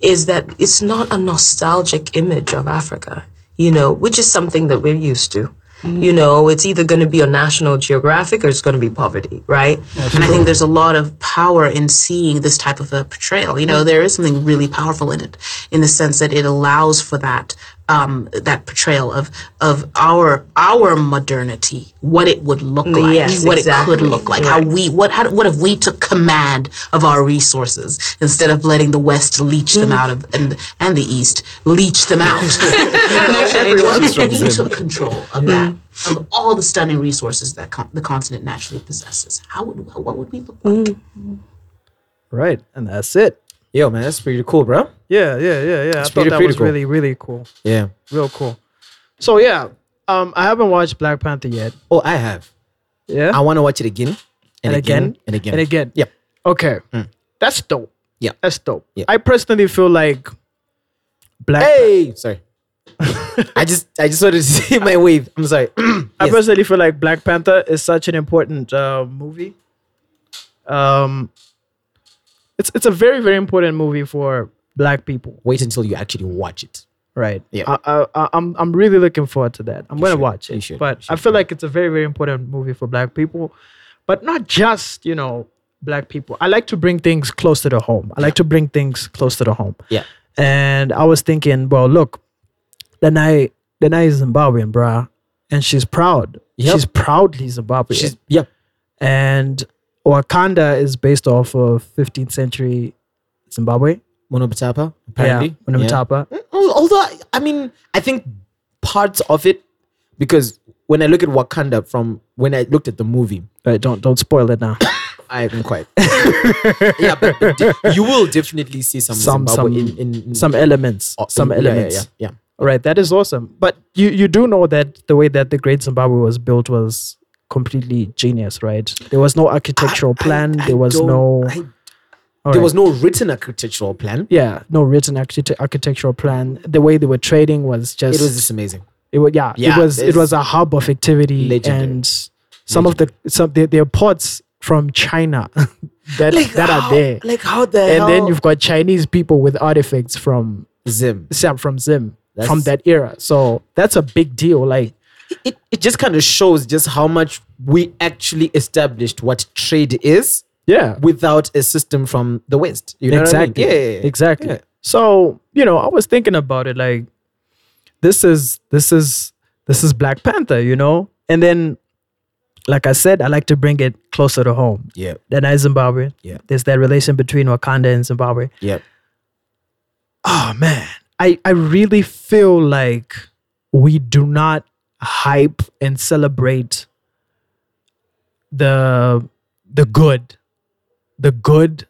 [SPEAKER 6] is that it's not a nostalgic image of Africa, you know, which is something that we're used to. You know, it's either going to be on National Geographic or it's going to be poverty, right?
[SPEAKER 7] And I think there's a lot of power in seeing this type of a portrayal. You know, there is something really powerful in it, in the sense that it allows for that um, that portrayal of of our our modernity, what it would look like,
[SPEAKER 6] yes,
[SPEAKER 7] what
[SPEAKER 6] exactly.
[SPEAKER 7] it could look like, how we what how, what if we took command of our resources instead of letting the West leech
[SPEAKER 6] Mm-hmm.
[SPEAKER 7] them out of and and the East leech them out. we took control of that. Of all the stunning resources that con- the continent naturally possesses, how would what would we look like?
[SPEAKER 3] Right, and that's it.
[SPEAKER 4] Yo, man, that's pretty cool, bro.
[SPEAKER 3] Yeah, yeah, yeah, yeah. I thought
[SPEAKER 4] pretty-
[SPEAKER 3] that
[SPEAKER 4] pretty
[SPEAKER 3] was
[SPEAKER 4] cool.
[SPEAKER 3] really, really cool.
[SPEAKER 4] Yeah.
[SPEAKER 3] Real cool. So yeah, um, I haven't watched Black Panther yet.
[SPEAKER 4] Oh, I have.
[SPEAKER 3] Yeah.
[SPEAKER 4] I want to watch it again
[SPEAKER 3] And
[SPEAKER 4] and,
[SPEAKER 3] again,
[SPEAKER 4] and again
[SPEAKER 3] and again.
[SPEAKER 4] Yep.
[SPEAKER 3] Okay. That's dope.
[SPEAKER 4] Yeah.
[SPEAKER 3] That's dope.
[SPEAKER 4] Yeah.
[SPEAKER 3] I personally feel like Black
[SPEAKER 4] Hey, sorry. I just I just wanted to see my wave. I'm sorry.
[SPEAKER 3] I
[SPEAKER 4] Yes.
[SPEAKER 3] personally feel like Black Panther is such an important uh, movie. Um, it's it's a very very important movie for Black people,
[SPEAKER 4] Wait until you actually watch it.
[SPEAKER 3] right?
[SPEAKER 4] Yeah.
[SPEAKER 3] I, I, I'm I'm really looking forward to that. I'm gonna
[SPEAKER 4] should.
[SPEAKER 3] watch
[SPEAKER 4] You
[SPEAKER 3] it,
[SPEAKER 4] should.
[SPEAKER 3] but
[SPEAKER 4] You
[SPEAKER 3] I feel like it's a very very important movie for Black people, but not just you know Black people. I like to bring things close to the home. I like to bring things close to the home.
[SPEAKER 4] Yeah.
[SPEAKER 3] And I was thinking, well, look, the night the night is Zimbabwean, bruh. And she's proud.
[SPEAKER 4] Yep.
[SPEAKER 3] She's proudly Zimbabwean.
[SPEAKER 4] She's yeah.
[SPEAKER 3] and Wakanda is based off of 15th century Zimbabwe.
[SPEAKER 4] Monopatapa, apparently.
[SPEAKER 3] Yeah, Onomtapa.
[SPEAKER 4] Al- Although I- I mean, I think parts of it because when I look at Wakanda from when I looked at the movie,
[SPEAKER 3] Uh, don't don't spoil it now.
[SPEAKER 4] I haven't quite. yeah, but di- you will definitely see some
[SPEAKER 3] Some some
[SPEAKER 4] Zimbabwe in, in, in
[SPEAKER 3] some elements,
[SPEAKER 4] uh,
[SPEAKER 3] some
[SPEAKER 4] yeah, yeah,
[SPEAKER 3] elements.
[SPEAKER 4] Yeah, yeah,
[SPEAKER 3] All right, that is awesome. But you you do know that the way that the Great Zimbabwe was built was completely genius, right? There was no architectural plan.
[SPEAKER 4] I
[SPEAKER 3] there was
[SPEAKER 4] don't-
[SPEAKER 3] no
[SPEAKER 4] I-
[SPEAKER 3] All
[SPEAKER 4] there
[SPEAKER 3] right.
[SPEAKER 4] was no written architectural plan.
[SPEAKER 3] yeah no written architect- architectural plan. The way they were trading was just
[SPEAKER 4] It was just amazing.
[SPEAKER 3] It was yeah.
[SPEAKER 4] Yeah,
[SPEAKER 3] it was it
[SPEAKER 4] it's
[SPEAKER 3] was a hub of activity
[SPEAKER 4] legendary.
[SPEAKER 3] and some of the some their, their ports from China that that are
[SPEAKER 4] how-
[SPEAKER 3] there.
[SPEAKER 4] Like how the
[SPEAKER 3] and then
[SPEAKER 4] hell-
[SPEAKER 3] you've got Chinese people with artifacts from
[SPEAKER 4] Zim.
[SPEAKER 3] Sam from Zim from
[SPEAKER 4] That's-
[SPEAKER 3] that era. So that's a big deal. Like
[SPEAKER 4] It, it just kind of shows just how much we actually established what trade is
[SPEAKER 3] yeah,
[SPEAKER 4] without a system from the West. You know
[SPEAKER 3] exactly,
[SPEAKER 4] What I mean? Yeah, yeah, yeah.
[SPEAKER 3] exactly.
[SPEAKER 4] Yeah.
[SPEAKER 3] So you know, I was thinking about it. Like this is this is this is Black Panther. You know, and then like I said, I like to bring it closer to home.
[SPEAKER 4] Yeah,
[SPEAKER 3] Then I Zimbabwe.
[SPEAKER 4] Yeah.
[SPEAKER 3] There's that relation between Wakanda and Zimbabwe.
[SPEAKER 4] yeah.
[SPEAKER 3] Oh man. I, I really feel like we do not hype and celebrate the the good. The good.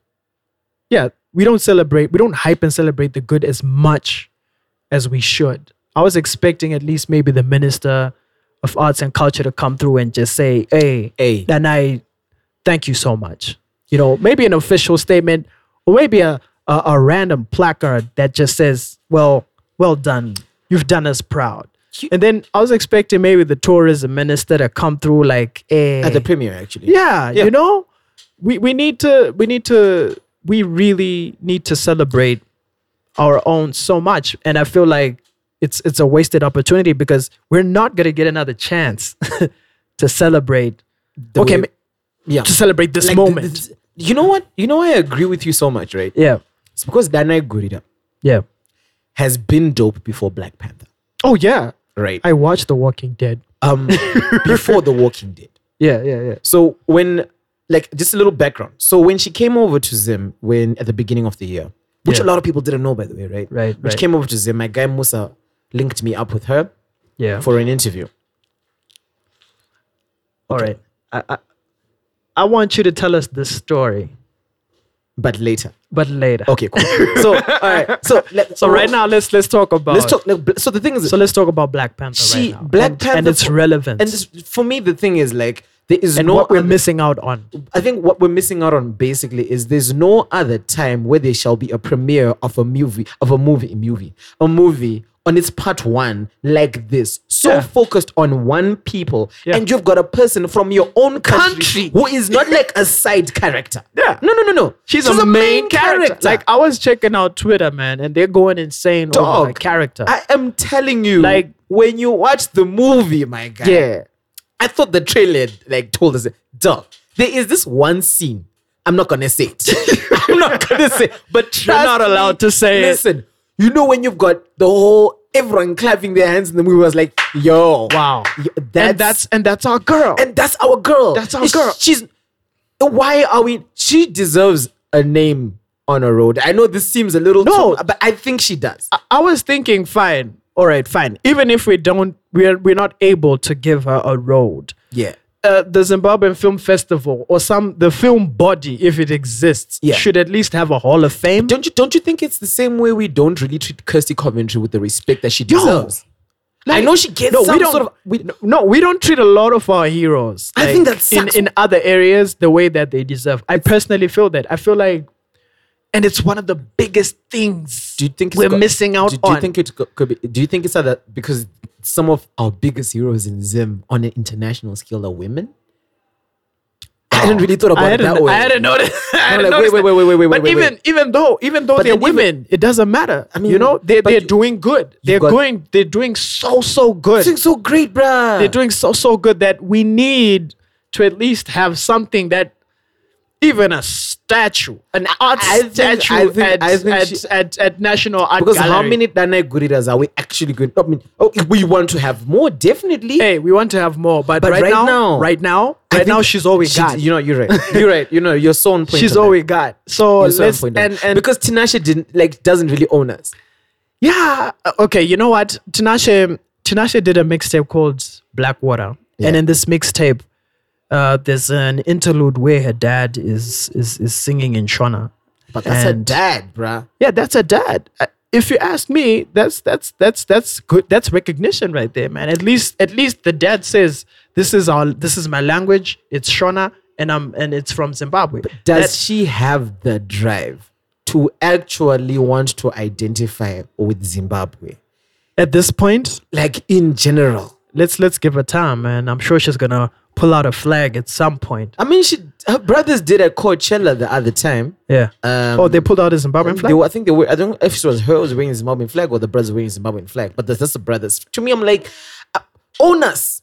[SPEAKER 3] Yeah, we don't celebrate, we don't hype and celebrate the good as much as we should. I was expecting at least maybe the minister of arts and culture to come through and just say, hey,
[SPEAKER 4] Hey.
[SPEAKER 3] and I thank you so much. You know, maybe an official statement or maybe a, a, a random placard that just says, well, well done. You've done us proud. And then I was expecting maybe the tourism minister to come through like, hey,
[SPEAKER 4] At the premiere, actually.
[SPEAKER 3] yeah,
[SPEAKER 4] Yeah.
[SPEAKER 3] you know, we, we need to, we need to, we really need to celebrate our own so much. And I feel like it's, it's a wasted opportunity because we're not going to get another chance to celebrate. okay.
[SPEAKER 4] way-
[SPEAKER 3] ma-
[SPEAKER 4] yeah.
[SPEAKER 3] to celebrate this
[SPEAKER 4] Like,
[SPEAKER 3] moment.
[SPEAKER 4] th- th- you know what? You know why I agree with you so much, right?
[SPEAKER 3] yeah.
[SPEAKER 4] It's because Danai Gurira
[SPEAKER 3] Yeah.
[SPEAKER 4] has been dope before Black Panther,
[SPEAKER 3] Oh yeah.
[SPEAKER 4] right?
[SPEAKER 3] I watched The Walking Dead.
[SPEAKER 4] um, before The Walking Dead.
[SPEAKER 3] Yeah, yeah, yeah.
[SPEAKER 4] So when like just a little background. So when she came over to Zim when at the beginning of the year, which
[SPEAKER 3] Yeah.
[SPEAKER 4] a lot of people didn't know by the way, right?
[SPEAKER 3] Right,
[SPEAKER 4] Which
[SPEAKER 3] right.
[SPEAKER 4] came over to Zim, my guy Musa linked me up with her
[SPEAKER 3] Yeah.
[SPEAKER 4] for an interview.
[SPEAKER 3] All right. I, I I want you to tell us this story,
[SPEAKER 4] But later.
[SPEAKER 3] but later.
[SPEAKER 4] Okay, cool. so all right. So let,
[SPEAKER 3] So right now let's let's talk about
[SPEAKER 4] let's talk like, bl- so the thing is
[SPEAKER 3] So let's talk about Black Panther
[SPEAKER 4] she
[SPEAKER 3] right now.
[SPEAKER 4] Black
[SPEAKER 3] and,
[SPEAKER 4] Panther
[SPEAKER 3] and its relevance.
[SPEAKER 4] And this, for me the thing is like There is
[SPEAKER 3] and
[SPEAKER 4] no
[SPEAKER 3] what we're
[SPEAKER 4] other-
[SPEAKER 3] missing out on.
[SPEAKER 4] I think what we're missing out on basically is there's no other time where there shall be a premiere of a movie of a movie movie a movie on its part one like this so
[SPEAKER 3] Yeah.
[SPEAKER 4] focused on one people
[SPEAKER 3] Yeah.
[SPEAKER 4] and you've got a person from your own
[SPEAKER 3] Country.
[SPEAKER 4] country, who is not like a side character
[SPEAKER 3] Yeah.
[SPEAKER 4] no no no no
[SPEAKER 3] She's, a, main, character. Like I was checking out Twitter, man, and they're going insane over her
[SPEAKER 4] Dog.
[SPEAKER 3] character.
[SPEAKER 4] I am telling you
[SPEAKER 3] Like-
[SPEAKER 4] when you watch the movie my guy
[SPEAKER 3] yeah.
[SPEAKER 4] I thought the trailer like told us, duh, there is this one scene. I'm not gonna say it. I'm not gonna say, it, but trust
[SPEAKER 3] You're not allowed
[SPEAKER 4] me,
[SPEAKER 3] to say it.
[SPEAKER 4] listen, you know when you've got the whole everyone clapping their hands in the movie was like, yo,
[SPEAKER 3] Wow.
[SPEAKER 4] y-
[SPEAKER 3] and that's and that's our girl.
[SPEAKER 4] and that's our girl.
[SPEAKER 3] That's our
[SPEAKER 4] It's-
[SPEAKER 3] girl.
[SPEAKER 4] She's why are we? She deserves a name on a road. I know this seems a little
[SPEAKER 3] No. Uh,
[SPEAKER 4] too- but I think she does.
[SPEAKER 3] I was thinking, fine, all right, fine. Even if we don't, we're we're not able to give her a road.
[SPEAKER 4] yeah,
[SPEAKER 3] Uh, the Zimbabwean Film Festival or some the film body, if it exists,
[SPEAKER 4] Yeah.
[SPEAKER 3] should at least have a Hall of Fame.
[SPEAKER 4] don't you don't you think it's the same way we don't really treat Kirsty Coventry with the respect that she deserves? I know she gets
[SPEAKER 3] no,
[SPEAKER 4] some
[SPEAKER 3] we don't,
[SPEAKER 4] sort of. We,
[SPEAKER 3] no, no, we don't treat a lot of our heroes.
[SPEAKER 4] I
[SPEAKER 3] like,
[SPEAKER 4] think that sucks.
[SPEAKER 3] in in other areas the way that they deserve. I personally feel that. I feel like, and it's one of the biggest things.
[SPEAKER 4] do you think it's
[SPEAKER 3] we're
[SPEAKER 4] got-
[SPEAKER 3] missing out
[SPEAKER 4] Do, do you
[SPEAKER 3] on?
[SPEAKER 4] think it co- could be? Do you think it's that because some of our biggest heroes in Zim on an international scale are women? I hadn't really
[SPEAKER 3] I
[SPEAKER 4] thought about it
[SPEAKER 3] hadn't,
[SPEAKER 4] that way.
[SPEAKER 3] I hadn't noticed. I hadn't
[SPEAKER 4] like,
[SPEAKER 3] noticed
[SPEAKER 4] wait, wait,
[SPEAKER 3] that.
[SPEAKER 4] wait, wait, wait,
[SPEAKER 3] But
[SPEAKER 4] wait, wait,
[SPEAKER 3] even even though even though
[SPEAKER 4] But
[SPEAKER 3] they're
[SPEAKER 4] then even-
[SPEAKER 3] women, it doesn't matter. I mean,
[SPEAKER 4] mean,
[SPEAKER 3] you know, they
[SPEAKER 4] but
[SPEAKER 3] they're
[SPEAKER 4] you-
[SPEAKER 3] doing good. They're
[SPEAKER 4] got-
[SPEAKER 3] going. They're doing so so good.
[SPEAKER 4] Doing so great, bruh.
[SPEAKER 3] They're doing so so good that we need to at least have something that even a statue, an art
[SPEAKER 4] I think-
[SPEAKER 3] statue
[SPEAKER 4] I think-
[SPEAKER 3] at,
[SPEAKER 4] I think
[SPEAKER 3] at,
[SPEAKER 4] she-
[SPEAKER 3] at, at national art
[SPEAKER 4] because how
[SPEAKER 3] Gallery.
[SPEAKER 4] many Danai Guridas are we actually going? I mean, oh, we want to have more, definitely.
[SPEAKER 3] Hey, we want to have more, but,
[SPEAKER 4] But
[SPEAKER 3] right,
[SPEAKER 4] right
[SPEAKER 3] now,
[SPEAKER 4] now-
[SPEAKER 3] right now,
[SPEAKER 4] I
[SPEAKER 3] right now,
[SPEAKER 4] think
[SPEAKER 3] she's all we
[SPEAKER 4] she-
[SPEAKER 3] got.
[SPEAKER 4] You know, you're right. You're right. You know, you're so on point.
[SPEAKER 3] she's
[SPEAKER 4] on
[SPEAKER 3] all
[SPEAKER 4] that.
[SPEAKER 3] we got. So
[SPEAKER 4] You're so on
[SPEAKER 3] let's
[SPEAKER 4] point
[SPEAKER 3] and,
[SPEAKER 4] on that.
[SPEAKER 3] and
[SPEAKER 4] because Tinashe didn't like doesn't really own us.
[SPEAKER 3] Yeah. uh, Okay. You know what? Tinashe Tinashe did a mixtape called Blackwater, and in this mixtape, uh, there's an interlude where her dad is is is singing in Shona.
[SPEAKER 4] But that's
[SPEAKER 3] And-
[SPEAKER 4] her dad, bruh.
[SPEAKER 3] Yeah, that's her dad. Uh, If you ask me, that's that's that's that's good. That's recognition right there, man. At least at least the dad says this is our this is my language. It's Shona, and I'm and it's from Zimbabwe.
[SPEAKER 4] Does
[SPEAKER 3] That-
[SPEAKER 4] she have the drive to actually want to identify with Zimbabwe?
[SPEAKER 3] at this point,
[SPEAKER 4] Like in general.
[SPEAKER 3] let's let's give her time, man. I'm sure she's gonna pull out a flag at some point.
[SPEAKER 4] I mean, she her brothers did at Coachella the other time.
[SPEAKER 3] Yeah.
[SPEAKER 4] Um,
[SPEAKER 3] oh, they pulled out a Zimbabwean
[SPEAKER 4] They
[SPEAKER 3] flag.
[SPEAKER 4] were, I think they were. I don't know if it was her was wearing Zimbabwean flag or the brothers wearing Zimbabwean flag. But that's, that's the brothers. To me, I'm like, uh, own us,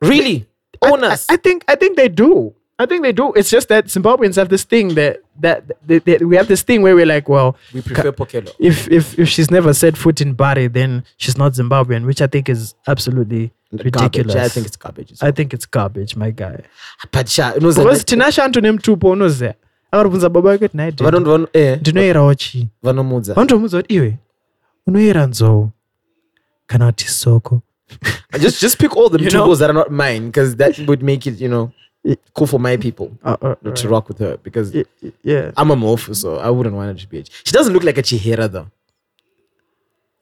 [SPEAKER 4] really, own
[SPEAKER 3] I,
[SPEAKER 4] us.
[SPEAKER 3] I think I think they do. I think they do. It's just that Zimbabweans have this thing that that, that, that we have this thing where we're like, well,
[SPEAKER 4] we prefer Pokelo.
[SPEAKER 3] if if if she's never set foot in Bari, then she's not Zimbabwean, which I think is absolutely ridiculous.
[SPEAKER 4] Garbage. I think it's garbage.
[SPEAKER 3] I think it's garbage, my guy.
[SPEAKER 4] but sha, it was
[SPEAKER 3] Because Tinashe Antonym Tupo unoziya akatobvunza baba wake kuti naiti
[SPEAKER 4] vanomudza eh,
[SPEAKER 3] ndinoyerawo chii
[SPEAKER 4] vanomudza
[SPEAKER 3] vanotomudza kuti iwe unoyera nzou kana kuti soko
[SPEAKER 4] just just pick all the
[SPEAKER 3] You
[SPEAKER 4] you
[SPEAKER 3] know?
[SPEAKER 4] that are not mine because that would make it you know cool for my people
[SPEAKER 3] Uh, uh, uh,
[SPEAKER 4] to rock with her because
[SPEAKER 3] y- y- yeah
[SPEAKER 4] I'm a morph so I wouldn't want her to be a she doesn't look like a chihera though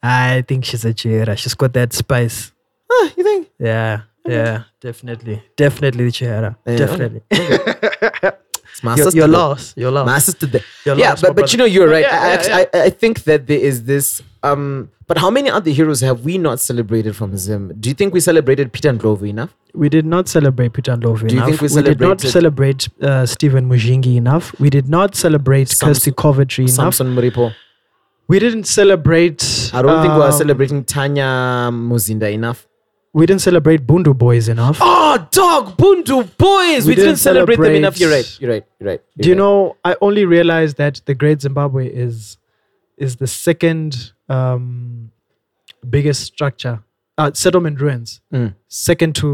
[SPEAKER 3] I think she's a Chihara. She's got that spice.
[SPEAKER 4] ah, you think
[SPEAKER 3] Yeah. Yeah. Definitely. Definitely the Chihara.
[SPEAKER 4] Yeah.
[SPEAKER 3] Definitely.
[SPEAKER 4] it's my
[SPEAKER 3] Your,
[SPEAKER 4] sister
[SPEAKER 3] your
[SPEAKER 4] though.
[SPEAKER 3] loss. Your
[SPEAKER 4] my
[SPEAKER 3] loss.
[SPEAKER 4] sister there.
[SPEAKER 3] Your
[SPEAKER 4] yeah
[SPEAKER 3] loss, my
[SPEAKER 4] but, but
[SPEAKER 3] brother.
[SPEAKER 4] you know you're right
[SPEAKER 3] Yeah,
[SPEAKER 4] I,
[SPEAKER 3] yeah,
[SPEAKER 4] actually, I, I think that there is this um but how many other heroes have we not celebrated from Zim do you think we celebrated Peter and Glover enough
[SPEAKER 3] We did not celebrate Peter and Love
[SPEAKER 4] you
[SPEAKER 3] enough.
[SPEAKER 4] think we
[SPEAKER 3] did not
[SPEAKER 4] celebrated-
[SPEAKER 3] celebrate uh, Stephen Mujingi enough. We did not celebrate Kirsty Coventry enough.
[SPEAKER 4] Samson Muripo
[SPEAKER 3] We didn't celebrate.
[SPEAKER 4] I don't think we are
[SPEAKER 3] um,
[SPEAKER 4] celebrating Tanya Muzinda enough
[SPEAKER 3] We didn't celebrate Bundu Boys enough.
[SPEAKER 4] Oh, dog, Bundu boys. We,
[SPEAKER 3] We
[SPEAKER 4] didn't,
[SPEAKER 3] didn't
[SPEAKER 4] celebrate, them
[SPEAKER 3] celebrate-
[SPEAKER 4] enough. You're right. You're right. You're right. You're
[SPEAKER 3] Do you
[SPEAKER 4] right.
[SPEAKER 3] know? I only realized that the Great Zimbabwe is is the second um, biggest structure, uh, settlement ruins,
[SPEAKER 4] Mm.
[SPEAKER 3] second to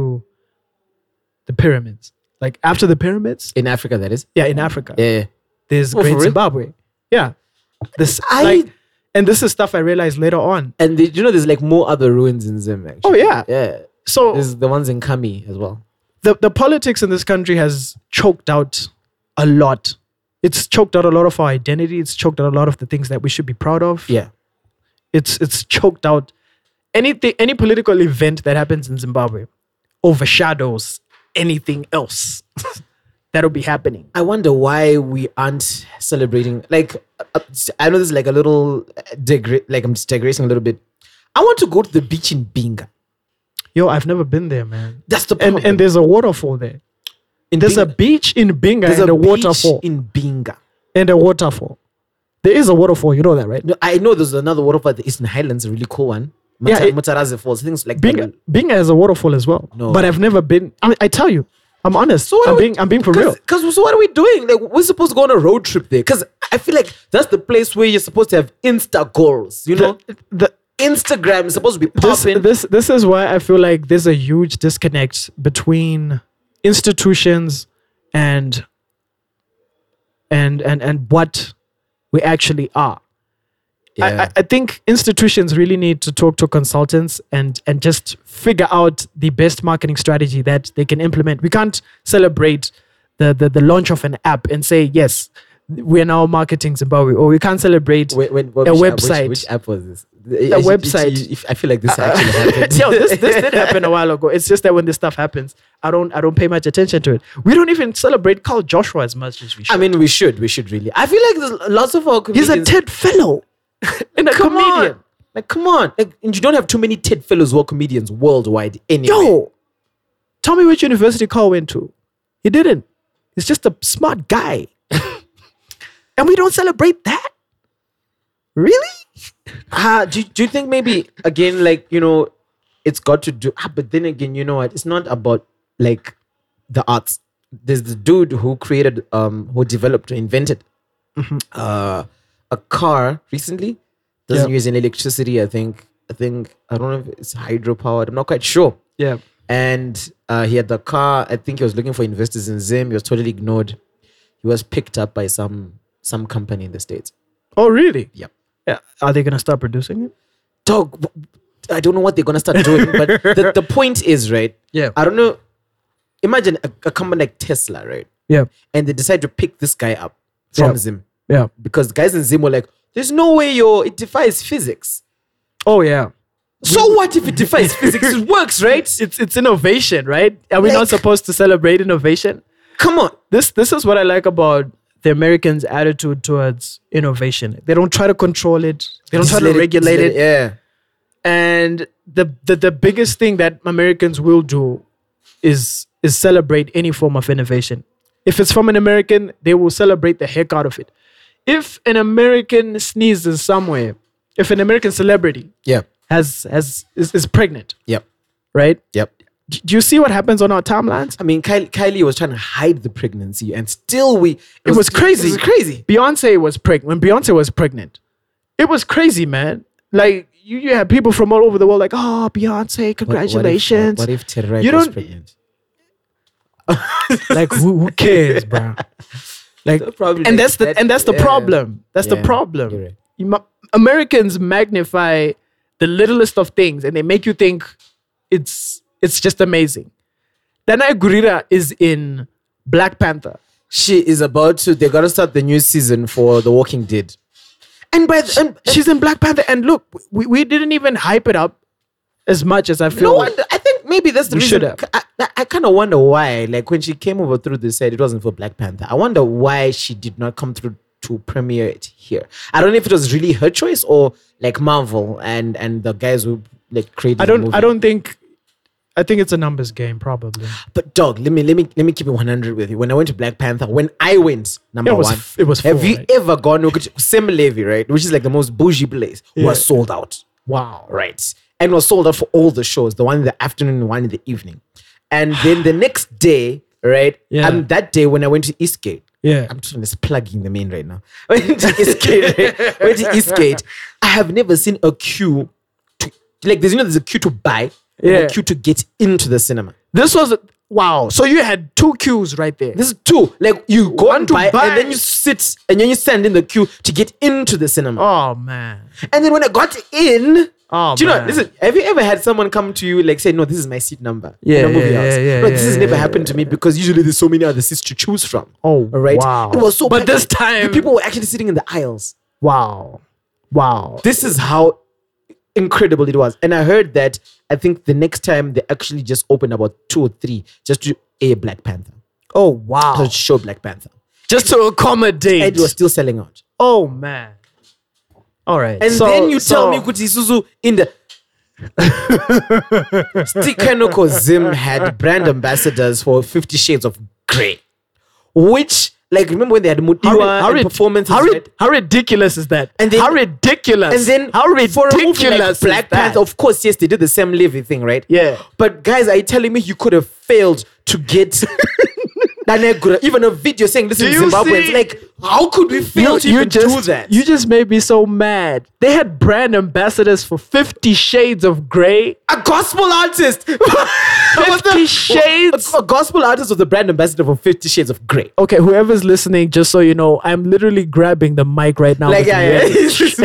[SPEAKER 3] the pyramids. Like after the pyramids,
[SPEAKER 4] In Africa, that is.
[SPEAKER 3] yeah, in Africa,
[SPEAKER 4] Yeah. Oh,
[SPEAKER 3] there's
[SPEAKER 4] for
[SPEAKER 3] Great
[SPEAKER 4] real?
[SPEAKER 3] Zimbabwe. Yeah, this
[SPEAKER 4] I-
[SPEAKER 3] like, and this is stuff I realized later on.
[SPEAKER 4] And did you know there's like more other ruins in Zim, actually?
[SPEAKER 3] Oh yeah,
[SPEAKER 4] Yeah.
[SPEAKER 3] so
[SPEAKER 4] There's the ones in Kami as well.
[SPEAKER 3] the, the politics in this country has choked out a lot. It's choked out a lot of our identity. It's choked out a lot of the things that we should be proud of.
[SPEAKER 4] Yeah.
[SPEAKER 3] It's it's choked out anything any political event that happens in Zimbabwe overshadows
[SPEAKER 2] anything else that'll be happening.
[SPEAKER 4] I wonder why we aren't celebrating. Like, uh, I know this is like a little uh, degra- like I'm just digressing a little bit. I want to go to the beach in Binga.
[SPEAKER 3] Yo, I've never been there, man.
[SPEAKER 4] That's the
[SPEAKER 3] And
[SPEAKER 4] problem.
[SPEAKER 3] and there's a waterfall there.
[SPEAKER 4] In
[SPEAKER 3] There's a
[SPEAKER 4] Binga-
[SPEAKER 3] beach in Binga
[SPEAKER 4] there's
[SPEAKER 3] and a,
[SPEAKER 4] beach
[SPEAKER 3] waterfall.
[SPEAKER 4] in Binga.
[SPEAKER 3] and a waterfall. There is a waterfall. You know that, right?
[SPEAKER 4] No, I know there's another waterfall at the Eastern Highlands, a really cool one.
[SPEAKER 3] Yeah,
[SPEAKER 4] Mata-
[SPEAKER 3] it-
[SPEAKER 4] Mataraze Falls, things like
[SPEAKER 3] Binga,
[SPEAKER 4] that.
[SPEAKER 3] Binga has a waterfall as well.
[SPEAKER 4] No.
[SPEAKER 3] But I've never been. I, I tell you, I'm honest.
[SPEAKER 4] So what
[SPEAKER 3] I'm
[SPEAKER 4] are we-
[SPEAKER 3] being I'm being for real.
[SPEAKER 4] Because so what are we doing? Like we're supposed to go on a road trip there. Because I feel like that's the place where you're supposed to have Insta goals. You know,
[SPEAKER 3] The-
[SPEAKER 4] Instagram is supposed to be
[SPEAKER 3] this,
[SPEAKER 4] popping.
[SPEAKER 3] this this is why I feel like there's a huge disconnect between institutions and and and and what we actually are. I- I, I think institutions really need to talk to consultants and and just figure out the best marketing strategy that they can implement. We can't celebrate the the, the launch of an app and say yes. We are now marketing Zimbabwe, or we can't celebrate
[SPEAKER 4] Wait, wait,
[SPEAKER 3] a
[SPEAKER 4] which app- which-
[SPEAKER 3] website.
[SPEAKER 4] Which, app was this? The
[SPEAKER 3] website.
[SPEAKER 4] I feel like this actually happened.
[SPEAKER 3] Yo, this, this did happen a while ago. It's just that when this stuff happens, I don't I don't pay much attention to it. We don't even celebrate Carl Joshua as much as we should.
[SPEAKER 4] I mean, we should. We should really. I feel like there's lots of our
[SPEAKER 3] He's
[SPEAKER 4] comedians.
[SPEAKER 3] a TED fellow and a
[SPEAKER 4] come
[SPEAKER 3] comedian.
[SPEAKER 4] On. Like, come on. Like, and you don't have too many TED fellows who are comedians worldwide anyway.
[SPEAKER 3] Yo, tell me which university Carl went to. He didn't. He's just a smart guy, and we don't celebrate that. Really?
[SPEAKER 4] Ah, do, do you think maybe again like you know it's got to do ah, but then again you know what it's not about like the arts there's the dude who created um who developed invented uh a car recently doesn't
[SPEAKER 3] Yeah.
[SPEAKER 4] use any electricity i think i think i don't know if it's hydropowered i'm not quite sure
[SPEAKER 3] Yeah.
[SPEAKER 4] and uh, he had the car. I think he was looking for investors in Zim. He was totally ignored. He was picked up by some some company in the states.
[SPEAKER 3] Oh, really?
[SPEAKER 4] Yep.
[SPEAKER 3] Yeah. Are they gonna start producing it?
[SPEAKER 4] Dog, w- I don't know what they're gonna start doing, but the, the point is, right?
[SPEAKER 3] Yeah.
[SPEAKER 4] I don't know. Imagine a, a company like Tesla, right?
[SPEAKER 3] Yeah.
[SPEAKER 4] And they decide to pick this guy up from
[SPEAKER 3] Yeah.
[SPEAKER 4] Zim
[SPEAKER 3] Yeah.
[SPEAKER 4] because the guys in Zim were like, "There's no way your it defies physics."
[SPEAKER 3] Oh, yeah.
[SPEAKER 4] So what if it defies physics? It works, right?
[SPEAKER 3] It's it's innovation, right? Are we not
[SPEAKER 4] Like-
[SPEAKER 3] supposed to celebrate innovation?
[SPEAKER 4] Come on.
[SPEAKER 3] this this is what I like about the Americans' attitude towards innovation. They don't try to control it. They don't
[SPEAKER 4] Just
[SPEAKER 3] try
[SPEAKER 4] let
[SPEAKER 3] to
[SPEAKER 4] it-
[SPEAKER 3] regulate
[SPEAKER 4] let
[SPEAKER 3] it.
[SPEAKER 4] Yeah.
[SPEAKER 3] And the, the the biggest thing that Americans will do is is celebrate any form of innovation. If it's from an American, they will celebrate the heck out of it. If an American sneezes somewhere, if an American celebrity
[SPEAKER 4] Yeah.
[SPEAKER 3] has has is, is pregnant,
[SPEAKER 4] Yep.
[SPEAKER 3] right?
[SPEAKER 4] Yep.
[SPEAKER 3] D- Do you see what happens on our timelines?
[SPEAKER 4] I mean, Kylie, Kylie was trying to hide the pregnancy, and still we. It,
[SPEAKER 3] It was crazy.
[SPEAKER 4] It was crazy.
[SPEAKER 3] Beyonce was pregnant. When Beyonce was pregnant, it was crazy, man. Like you, you had people from all over the world, like, oh, Beyonce, congratulations.
[SPEAKER 4] What if, what if Terry
[SPEAKER 3] You
[SPEAKER 4] was
[SPEAKER 3] don't-
[SPEAKER 4] pregnant?
[SPEAKER 3] like, who, who cares, bro? Like,
[SPEAKER 4] probably
[SPEAKER 3] and
[SPEAKER 4] like
[SPEAKER 3] that's the
[SPEAKER 4] that-
[SPEAKER 3] and that's the
[SPEAKER 4] yeah.
[SPEAKER 3] problem. That's the
[SPEAKER 4] Yeah,
[SPEAKER 3] problem.
[SPEAKER 4] you're right.
[SPEAKER 3] You ma- Americans magnify the littlest of things, and they make you think it's it's just amazing. Danai Gurira is in Black Panther.
[SPEAKER 4] She is about to. They gotta start the new season for The Walking Dead. And by the, and,
[SPEAKER 3] She's in Black Panther, and look, we, we didn't even hype it up as much as I feel.
[SPEAKER 4] no one. I think maybe that's the
[SPEAKER 3] We
[SPEAKER 4] reason.
[SPEAKER 3] should have.
[SPEAKER 4] I, kind of wonder why. Like when she came over through the set, it wasn't for Black Panther. I wonder why she did not come through to premiere it here. I don't know if it was really her choice or like Marvel and and the guys who like created.
[SPEAKER 3] I
[SPEAKER 4] The
[SPEAKER 3] don't.
[SPEAKER 4] movie.
[SPEAKER 3] I don't think. I think it's a numbers game, probably.
[SPEAKER 4] But dog, let me let me let me keep it 100 with you. When I went to Black Panther, when I went number
[SPEAKER 3] It was
[SPEAKER 4] one,
[SPEAKER 3] f- it was
[SPEAKER 4] Have
[SPEAKER 3] full,
[SPEAKER 4] you
[SPEAKER 3] right?
[SPEAKER 4] ever gone to Sim Levy, right? Which is like the most bougie place, was sold out,
[SPEAKER 3] Wow.
[SPEAKER 4] right? And was sold out for all the shows, the one in the afternoon, the one in the evening, and then the next day, right?
[SPEAKER 3] Yeah.
[SPEAKER 4] And that day when I went to Eastgate,
[SPEAKER 3] Yeah.
[SPEAKER 4] I'm just- I'm just plugging them in right now. I went to Eastgate. right? Went to Eastgate. I have never seen a queue to like. There's you know there's a queue to buy, and
[SPEAKER 3] Yeah.
[SPEAKER 4] a queue to get into the cinema.
[SPEAKER 3] This was wow. So you had two queues right there.
[SPEAKER 4] This is two. Like you go and
[SPEAKER 3] to
[SPEAKER 4] buy,
[SPEAKER 3] buy.
[SPEAKER 4] and then you sit and then you stand in the queue to get into the cinema.
[SPEAKER 3] oh man.
[SPEAKER 4] And then when I got in,
[SPEAKER 3] Oh,
[SPEAKER 4] do you know?
[SPEAKER 3] man.
[SPEAKER 4] Listen, have you ever had someone come to you like say, "No, this is my seat number." in
[SPEAKER 3] Yeah,
[SPEAKER 4] a movie
[SPEAKER 3] yeah,
[SPEAKER 4] house?"
[SPEAKER 3] yeah, yeah,
[SPEAKER 4] No, this
[SPEAKER 3] yeah,
[SPEAKER 4] has never
[SPEAKER 3] yeah,
[SPEAKER 4] happened to me because usually there's so many other seats to choose from.
[SPEAKER 3] Oh,
[SPEAKER 4] All right.
[SPEAKER 3] wow.
[SPEAKER 4] It was so.
[SPEAKER 3] But
[SPEAKER 4] packed.
[SPEAKER 3] this time-
[SPEAKER 4] people were actually sitting in the aisles.
[SPEAKER 3] Wow. Wow.
[SPEAKER 4] This is how incredible it was. And I heard that I think the next time they actually just opened about two or three just to a Black Panther.
[SPEAKER 3] Oh
[SPEAKER 4] So
[SPEAKER 3] wow!
[SPEAKER 4] it showed Black Panther.
[SPEAKER 3] Just to accommodate.
[SPEAKER 4] It was still selling out.
[SPEAKER 3] Oh man. All right.
[SPEAKER 4] And
[SPEAKER 3] so-
[SPEAKER 4] then you tell
[SPEAKER 3] so-
[SPEAKER 4] me Kuti Isuzu in the Stikanoko Zim had brand ambassadors for Fifty Shades of Grey. Which, like, remember when they had Mutiwa
[SPEAKER 3] how,
[SPEAKER 4] and
[SPEAKER 3] rid-
[SPEAKER 4] performances?
[SPEAKER 3] how, rid-
[SPEAKER 4] right?
[SPEAKER 3] how ridiculous is that?
[SPEAKER 4] And then-
[SPEAKER 3] how ridiculous.
[SPEAKER 4] And then
[SPEAKER 3] how
[SPEAKER 4] for
[SPEAKER 3] ridiculous
[SPEAKER 4] a movie like
[SPEAKER 3] is
[SPEAKER 4] Black
[SPEAKER 3] that?
[SPEAKER 4] Panther, of course, yes, they did the Sam Levy thing, right?
[SPEAKER 3] Yeah.
[SPEAKER 4] But guys, are you telling me you could have failed to get Nanegura, even a video saying this is
[SPEAKER 3] you
[SPEAKER 4] Zimbabweans?
[SPEAKER 3] see-
[SPEAKER 4] Like, how could we fail to even
[SPEAKER 3] just,
[SPEAKER 4] do that?
[SPEAKER 3] You just made me so mad. They had brand ambassadors for Fifty Shades of Grey.
[SPEAKER 4] a gospel artist.
[SPEAKER 3] Fifty Shades.
[SPEAKER 4] A, a gospel artist was the brand ambassador for Fifty Shades of Grey.
[SPEAKER 3] Okay, whoever's listening, just so you know, I'm literally grabbing Oh, the mic right now.
[SPEAKER 4] Like,
[SPEAKER 3] with
[SPEAKER 4] yeah,
[SPEAKER 3] rage.
[SPEAKER 4] yeah.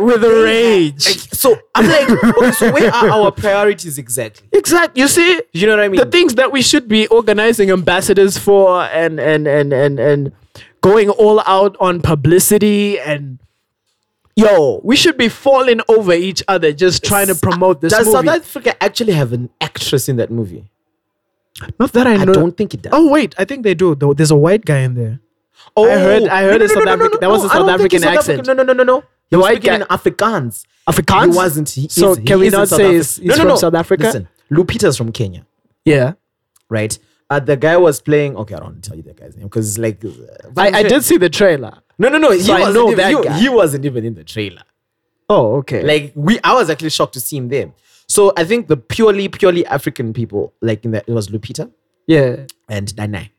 [SPEAKER 3] with
[SPEAKER 4] like,
[SPEAKER 3] rage.
[SPEAKER 4] so I'm like, okay, so where are our priorities exactly?
[SPEAKER 3] Exactly. You see,
[SPEAKER 4] You know what I mean?
[SPEAKER 3] the things that we should be organizing ambassadors for, and and and and and going all out on publicity and. Yo, we should be falling over each other just trying to promote this
[SPEAKER 4] does
[SPEAKER 3] movie.
[SPEAKER 4] South Africa actually have an actress in that movie?
[SPEAKER 3] Not that I know.
[SPEAKER 4] I don't think it does.
[SPEAKER 3] Oh wait, I think they do. Though There's a white guy in there.
[SPEAKER 4] Oh,
[SPEAKER 3] I heard- I heard a South African- that was a
[SPEAKER 4] I don't
[SPEAKER 3] South
[SPEAKER 4] think
[SPEAKER 3] African
[SPEAKER 4] it's South African-
[SPEAKER 3] accent.
[SPEAKER 4] No, no, no, no, no. He was
[SPEAKER 3] white
[SPEAKER 4] speaking
[SPEAKER 3] guy-
[SPEAKER 4] in Afrikaans.
[SPEAKER 3] Afrikaans.
[SPEAKER 4] He wasn't. He
[SPEAKER 3] So
[SPEAKER 4] is- he
[SPEAKER 3] can we
[SPEAKER 4] is in
[SPEAKER 3] not
[SPEAKER 4] South
[SPEAKER 3] say
[SPEAKER 4] Africa.
[SPEAKER 3] he's- he's from South Africa?
[SPEAKER 4] Listen, Lupita's from Kenya,
[SPEAKER 3] Yeah.
[SPEAKER 4] right? Uh, the guy was playing. Okay, I don't want to tell you the guy's name because like, uh,
[SPEAKER 3] I, I did see the trailer.
[SPEAKER 4] No, no, no. He
[SPEAKER 3] So I
[SPEAKER 4] wasn't
[SPEAKER 3] know
[SPEAKER 4] even,
[SPEAKER 3] that
[SPEAKER 4] he-
[SPEAKER 3] guy.
[SPEAKER 4] he wasn't even in the trailer.
[SPEAKER 3] Oh, okay.
[SPEAKER 4] Like we, I was actually shocked to see him there. So I think the purely, purely African people, like in that, it was Lupita
[SPEAKER 3] yeah.
[SPEAKER 4] and Danai.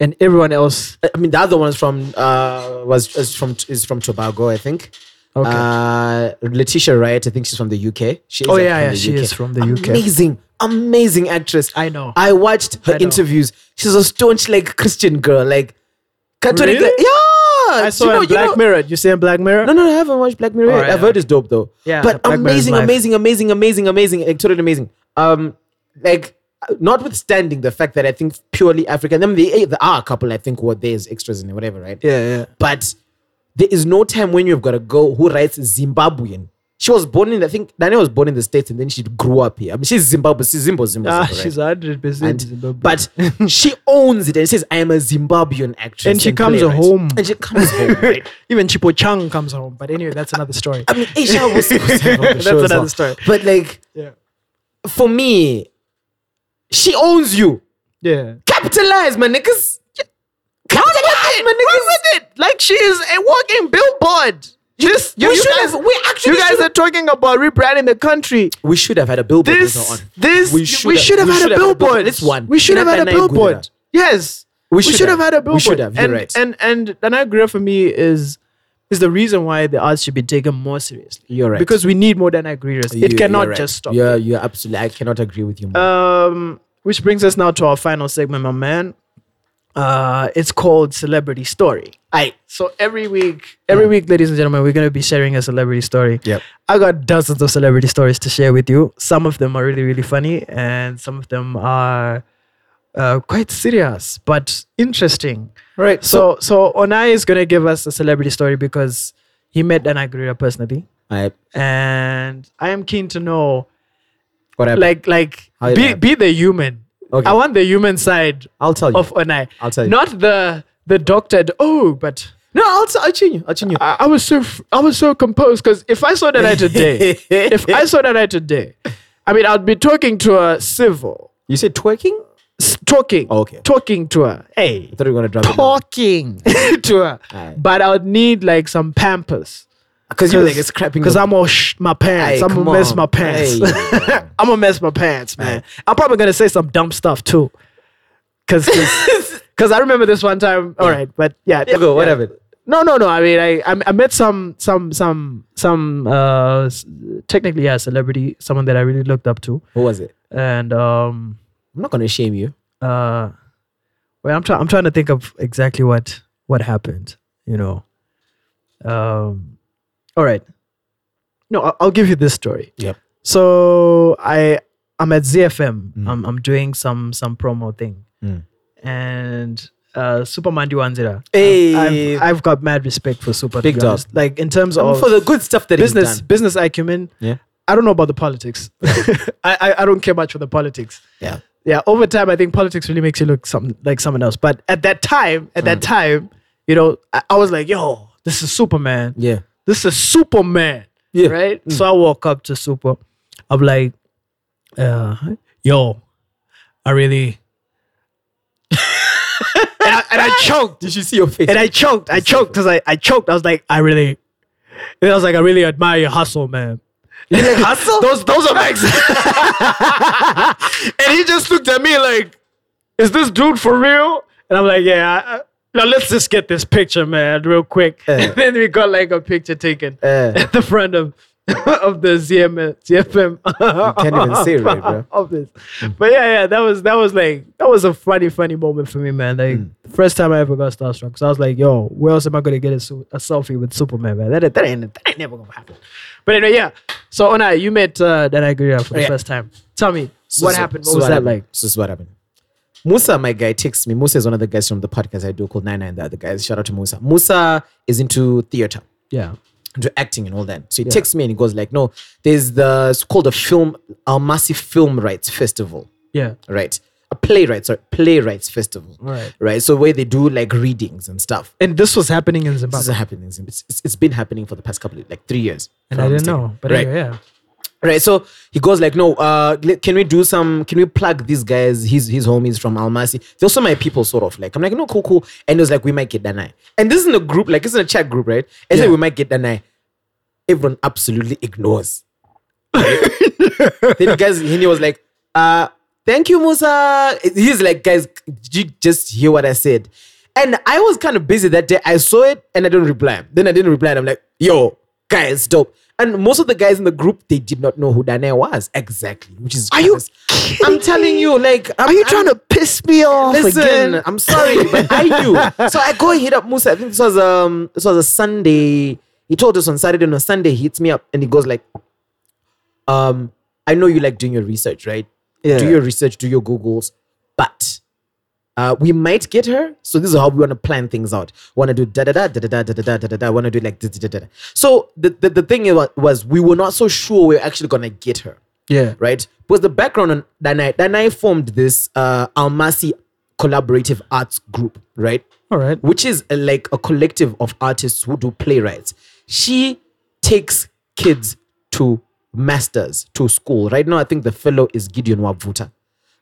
[SPEAKER 3] And everyone else.
[SPEAKER 4] I I mean, the other one is from uh was is from is from Tobago, I think.
[SPEAKER 3] Okay.
[SPEAKER 4] Uh, Letitia Wright, I think she's from the UK. She is
[SPEAKER 3] Oh,
[SPEAKER 4] like,
[SPEAKER 3] yeah,
[SPEAKER 4] from
[SPEAKER 3] yeah,
[SPEAKER 4] the
[SPEAKER 3] she
[SPEAKER 4] UK.
[SPEAKER 3] is from the UK.
[SPEAKER 4] Amazing, amazing actress.
[SPEAKER 3] I know.
[SPEAKER 4] I watched her
[SPEAKER 3] I know.
[SPEAKER 4] interviews. She's a staunch like Christian girl, like Catholic.
[SPEAKER 3] Really?
[SPEAKER 4] like- yeah,
[SPEAKER 3] I saw
[SPEAKER 4] you know,
[SPEAKER 3] in
[SPEAKER 4] you
[SPEAKER 3] Black
[SPEAKER 4] know-
[SPEAKER 3] Mirror. You see in Black Mirror?
[SPEAKER 4] No, no, I haven't watched Black Mirror.
[SPEAKER 3] All
[SPEAKER 4] yet.
[SPEAKER 3] right,
[SPEAKER 4] I've heard it's dope though.
[SPEAKER 3] Oh, Yeah,
[SPEAKER 4] but
[SPEAKER 3] Black Mirror is
[SPEAKER 4] amazing,
[SPEAKER 3] live.
[SPEAKER 4] amazing, amazing, amazing, amazing, including amazing. Um, like notwithstanding the fact that I think purely African, I mean, they- there are a couple I think who are there as extras and whatever, right?
[SPEAKER 3] Yeah, yeah.
[SPEAKER 4] But there is no time when you've got a girl who writes Zimbabwean. She was born in, I think, Daniel was born in the States and then she grew up here. I mean, she's Zimbabwe. She's Zimbo, Zimbo.
[SPEAKER 3] Ah,
[SPEAKER 4] Zimbo, right?
[SPEAKER 3] she's hundred percent.
[SPEAKER 4] and, but she owns it and says, I am a Zimbabwean actress.
[SPEAKER 3] And she comes
[SPEAKER 4] playwright."
[SPEAKER 3] home.
[SPEAKER 4] And she comes home, right?
[SPEAKER 3] even Chipo Chang comes home. But anyway, that's another story.
[SPEAKER 4] I mean, Asia was supposed to have on the
[SPEAKER 3] That's
[SPEAKER 4] show as
[SPEAKER 3] another
[SPEAKER 4] well.
[SPEAKER 3] story.
[SPEAKER 4] But like,
[SPEAKER 3] Yeah.
[SPEAKER 4] for me, she owns you.
[SPEAKER 3] Yeah.
[SPEAKER 4] Capitalize, my niggas. Capitalize, my niggas.
[SPEAKER 3] Like she is a walking billboard. Just you,
[SPEAKER 4] We
[SPEAKER 3] you
[SPEAKER 4] should
[SPEAKER 3] guys,
[SPEAKER 4] have- we actually
[SPEAKER 3] you guys
[SPEAKER 4] should-
[SPEAKER 3] are talking about rebranding the country.
[SPEAKER 4] We should have had a billboard.
[SPEAKER 3] This,
[SPEAKER 4] later on.
[SPEAKER 3] this, we should, have, had a billboard.
[SPEAKER 4] This one.
[SPEAKER 3] We should have had a
[SPEAKER 4] Nana Igudera.
[SPEAKER 3] billboard. Yes.
[SPEAKER 4] We should have.
[SPEAKER 3] had a billboard.
[SPEAKER 4] We should have, you're
[SPEAKER 3] and,
[SPEAKER 4] right.
[SPEAKER 3] and and and Danagura for me is is the reason why the arts should be taken more seriously.
[SPEAKER 4] You're right.
[SPEAKER 3] Because we need more Danagurias.
[SPEAKER 4] You-
[SPEAKER 3] It cannot
[SPEAKER 4] you're right.
[SPEAKER 3] just stop.
[SPEAKER 4] You're, you're absolutely. I cannot agree with you more.
[SPEAKER 3] Um, which brings us now to our final segment, my man. Uh, it's called Celebrity Story.
[SPEAKER 4] I.
[SPEAKER 3] So every week, every week, ladies and gentlemen, we're gonna be sharing a celebrity story.
[SPEAKER 4] Hmm. Yep.
[SPEAKER 3] I got dozens of celebrity stories to share with you. Some of them are really, really funny, and some of them are uh, quite serious but interesting.
[SPEAKER 4] Right.
[SPEAKER 3] So, so Onai is gonna give us a celebrity story because he met an Aguilera personally,
[SPEAKER 4] I.
[SPEAKER 3] and I am keen to know,
[SPEAKER 4] What happened?
[SPEAKER 3] like, like
[SPEAKER 4] How it
[SPEAKER 3] be
[SPEAKER 4] happened.
[SPEAKER 3] be the human.
[SPEAKER 4] Okay.
[SPEAKER 3] I want the human side
[SPEAKER 4] I'll tell you.
[SPEAKER 3] of Onai.
[SPEAKER 4] I'll tell you.
[SPEAKER 3] Not the the doctored. Oh, but
[SPEAKER 4] no, I'll, t- I'll tune you. I'll tune you.
[SPEAKER 3] I, I was so f- I was so composed because if I saw that I today, if I saw that I today, I mean I'd be talking to her civil,
[SPEAKER 4] you said twerking?
[SPEAKER 3] s- talking,
[SPEAKER 4] Okay.
[SPEAKER 3] talking to her, hey,
[SPEAKER 4] I thought you were gonna drop it.
[SPEAKER 3] talking to her,
[SPEAKER 4] Aight.
[SPEAKER 3] but I would need like some pampers.
[SPEAKER 4] Because you were like it's crapping.
[SPEAKER 3] Because I'm gonna sh- my pants.
[SPEAKER 4] Aight,
[SPEAKER 3] I'm
[SPEAKER 4] come
[SPEAKER 3] gonna mess
[SPEAKER 4] on.
[SPEAKER 3] my pants.
[SPEAKER 4] Aight.
[SPEAKER 3] I'm gonna mess my pants, man. I'm probably gonna say some dumb stuff too. Cause, cause, 'cause I remember this one time. All right, but yeah,
[SPEAKER 4] Okay,
[SPEAKER 3] yeah.
[SPEAKER 4] whatever.
[SPEAKER 3] No, no, no. I mean, I I, I met some some some some uh s- technically yeah celebrity, someone that I really looked up to,
[SPEAKER 4] What was it?
[SPEAKER 3] and um
[SPEAKER 4] I'm not gonna shame you.
[SPEAKER 3] uh, well, I'm trying I'm trying to think of exactly what what happened. You know, um, all right. No, I'll, I'll give you this story.
[SPEAKER 4] Yep.
[SPEAKER 3] So I I'm at ZFM. I'm I'm doing some some promo thing,
[SPEAKER 4] Mm.
[SPEAKER 3] and uh, Superman Diwanzira.
[SPEAKER 4] Hey,
[SPEAKER 3] I've, I've got mad respect for Super. to
[SPEAKER 4] Big
[SPEAKER 3] be
[SPEAKER 4] dog.
[SPEAKER 3] honest. Like in terms
[SPEAKER 4] Um,
[SPEAKER 3] of
[SPEAKER 4] for the good stuff that he's
[SPEAKER 3] business,
[SPEAKER 4] done.
[SPEAKER 3] business acumen.
[SPEAKER 4] Yeah.
[SPEAKER 3] I don't know about the politics. I, I I don't care much for the politics.
[SPEAKER 4] Yeah.
[SPEAKER 3] yeah, over time, I think politics really makes you look some, like someone else. But at that time, at that time, you know, I, I was like, yo, this is Superman.
[SPEAKER 4] Yeah.
[SPEAKER 3] This is Superman.
[SPEAKER 4] Yeah.
[SPEAKER 3] Right? So I walk up to Super. I'm like, uh, yo, I really. and, I, and I choked.
[SPEAKER 4] Did you see your face?
[SPEAKER 3] And I choked. I choked because I, I choked. I was like, I really. And I was like, I really admire your hustle, man.
[SPEAKER 4] hustle?
[SPEAKER 3] Those those are Max. and he just looked at me like, "Is this dude for real?" And I'm like, "Yeah." I, I- now let's just get this picture, man, real quick. And then we got like a picture taken
[SPEAKER 4] Eh.
[SPEAKER 3] at the front of of the ZM ZFM.
[SPEAKER 4] can't even see it right, bro.
[SPEAKER 3] Office. But yeah, yeah, that was that was like that was a funny, funny moment for me, man. Like
[SPEAKER 4] Mm.
[SPEAKER 3] first time I ever got starstruck. So I was like, yo, where else am I gonna get a, su- a selfie with Superman, man? That, that ain't that ain't never gonna happen. But anyway, yeah. So Ona, you met uh, that Nigeria for the
[SPEAKER 4] Yeah.
[SPEAKER 3] first time. Tell me
[SPEAKER 4] So-
[SPEAKER 3] what
[SPEAKER 4] so-
[SPEAKER 3] happened. What
[SPEAKER 4] so
[SPEAKER 3] was that
[SPEAKER 4] happened-
[SPEAKER 3] like?
[SPEAKER 4] So this is what happened. Musa, my guy, texts me. Musa is one of the guys from the podcast I do called Nana and the other guys. Shout out to Musa. Musa is into theater,
[SPEAKER 3] Yeah.
[SPEAKER 4] into acting and all that. So he texts me and he goes like, "No, there's the it's called a film, a massive film rights festival,
[SPEAKER 3] Yeah.
[SPEAKER 4] right? A playwrights, sorry, playwrights festival,
[SPEAKER 3] Right.
[SPEAKER 4] Right. So where they do like readings and stuff.
[SPEAKER 3] And this was happening in
[SPEAKER 4] This
[SPEAKER 3] Zimbabwe.
[SPEAKER 4] is happening. It's, it's- it's been happening for the past couple of like three years. if
[SPEAKER 3] And
[SPEAKER 4] I'm
[SPEAKER 3] I didn't
[SPEAKER 4] mistaken.
[SPEAKER 3] know. But
[SPEAKER 4] right.
[SPEAKER 3] anyway, yeah.
[SPEAKER 4] Right. So he goes like, no, uh, le- can we do some, can we plug these guys, his, his homies from Almasi? They're also my people, sort of. Like, I'm like, no, cool, cool. And it was like, we might get Danai. And this isn't a group, like, this is a chat group, right? And like, we might get Danai. Everyone absolutely ignores. then the guys, he was like, uh, thank you, Musa. He's like, guys, did you just hear what I said? And I was kind of busy that day. I saw it and I didn't reply. Then I didn't reply. And I'm like, yo, guys, dope. And most of the guys in the group, they did not know who Danae was exactly, which is
[SPEAKER 3] Are you
[SPEAKER 4] I'm telling you, like, I'm,
[SPEAKER 3] Are you
[SPEAKER 4] I'm-
[SPEAKER 3] trying to piss me off
[SPEAKER 4] Listen,
[SPEAKER 3] again?
[SPEAKER 4] I'm sorry, but I knew. So I go and hit up Musa. I think this was um this was a Sunday. He told us on Saturday, and on Sunday he hits me up and he goes like, um, I know you like doing your research, right?
[SPEAKER 3] Yeah.
[SPEAKER 4] Do your research, do your Googles, but uh, we might get her. So this is how we want to plan things out. Want to do da da da da da da da da da da da. Want to do like da da da da. So the, the the thing was, was we were not so sure we were actually gonna get her
[SPEAKER 3] Yeah.
[SPEAKER 4] right? Because the background on that night, that night formed this uh, Almasi collaborative arts group, right?
[SPEAKER 3] All right.
[SPEAKER 4] Which is uh like a collective of artists who do playwrights. She takes kids to masters to school. Right now, I think the fellow is Gideon Wavuta.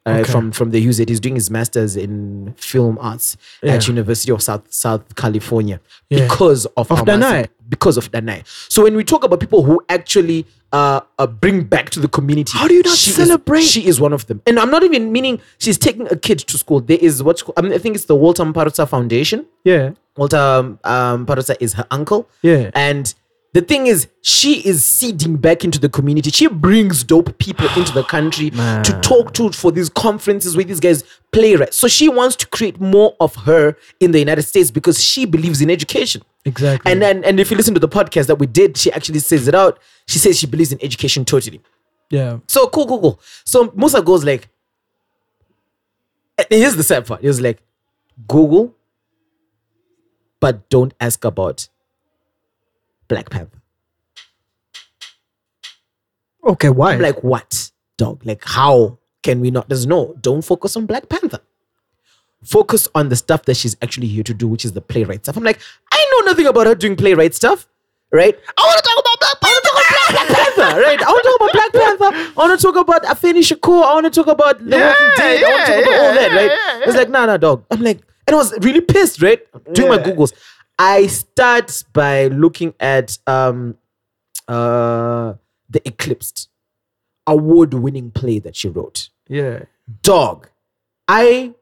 [SPEAKER 4] Uh, From from the UZ, he's doing his masters in film arts at
[SPEAKER 3] Yeah.
[SPEAKER 4] University of South South California
[SPEAKER 3] Yeah.
[SPEAKER 4] because of,
[SPEAKER 3] Of
[SPEAKER 4] Almasi-
[SPEAKER 3] Danai.
[SPEAKER 4] Because of Danai. So when we talk about people who actually uh, uh, bring back to the community,
[SPEAKER 3] How do you not
[SPEAKER 4] she is-
[SPEAKER 3] celebrate?
[SPEAKER 4] she is one of them. And I'm not even meaning she's taking a kid to school. There is what's called, I, mean, I think it's the Walter Parota Foundation.
[SPEAKER 3] Yeah.
[SPEAKER 4] Walter um, um, Parota is her uncle.
[SPEAKER 3] Yeah.
[SPEAKER 4] And the thing is, she is seeding back into the community. She brings dope people into the country to talk to for these conferences where these guys play right. So she wants to create more of her in the United States because she believes in education.
[SPEAKER 3] Exactly.
[SPEAKER 4] And then, and if you listen to the podcast that we did, she actually says it out. She says she believes in education totally.
[SPEAKER 3] yeah.
[SPEAKER 4] So cool, cool, cool. So Musa goes like, and here's the sad part. He was like, Google, but don't ask about Black Panther.
[SPEAKER 3] Okay, why?
[SPEAKER 4] I'm like, what, dog? Like, how can we not? There's no, don't focus on Black Panther. Focus on the stuff that she's actually here to do, which is the playwright stuff. I'm like, I know nothing about her doing playwright stuff, right? I want to talk about Black Panther. I want to talk about Black Panther, right? I want to talk about Black Panther. I want to talk about Afeni Shakur. I want to talk about The Walking Dead. I want to talk about all that, right? It's like, nah, nah, dog. I'm like, and I was really pissed, right? Doing my Googles. I start by looking at um uh The Eclipsed award winning play that she wrote.
[SPEAKER 3] yeah.
[SPEAKER 4] Dog, I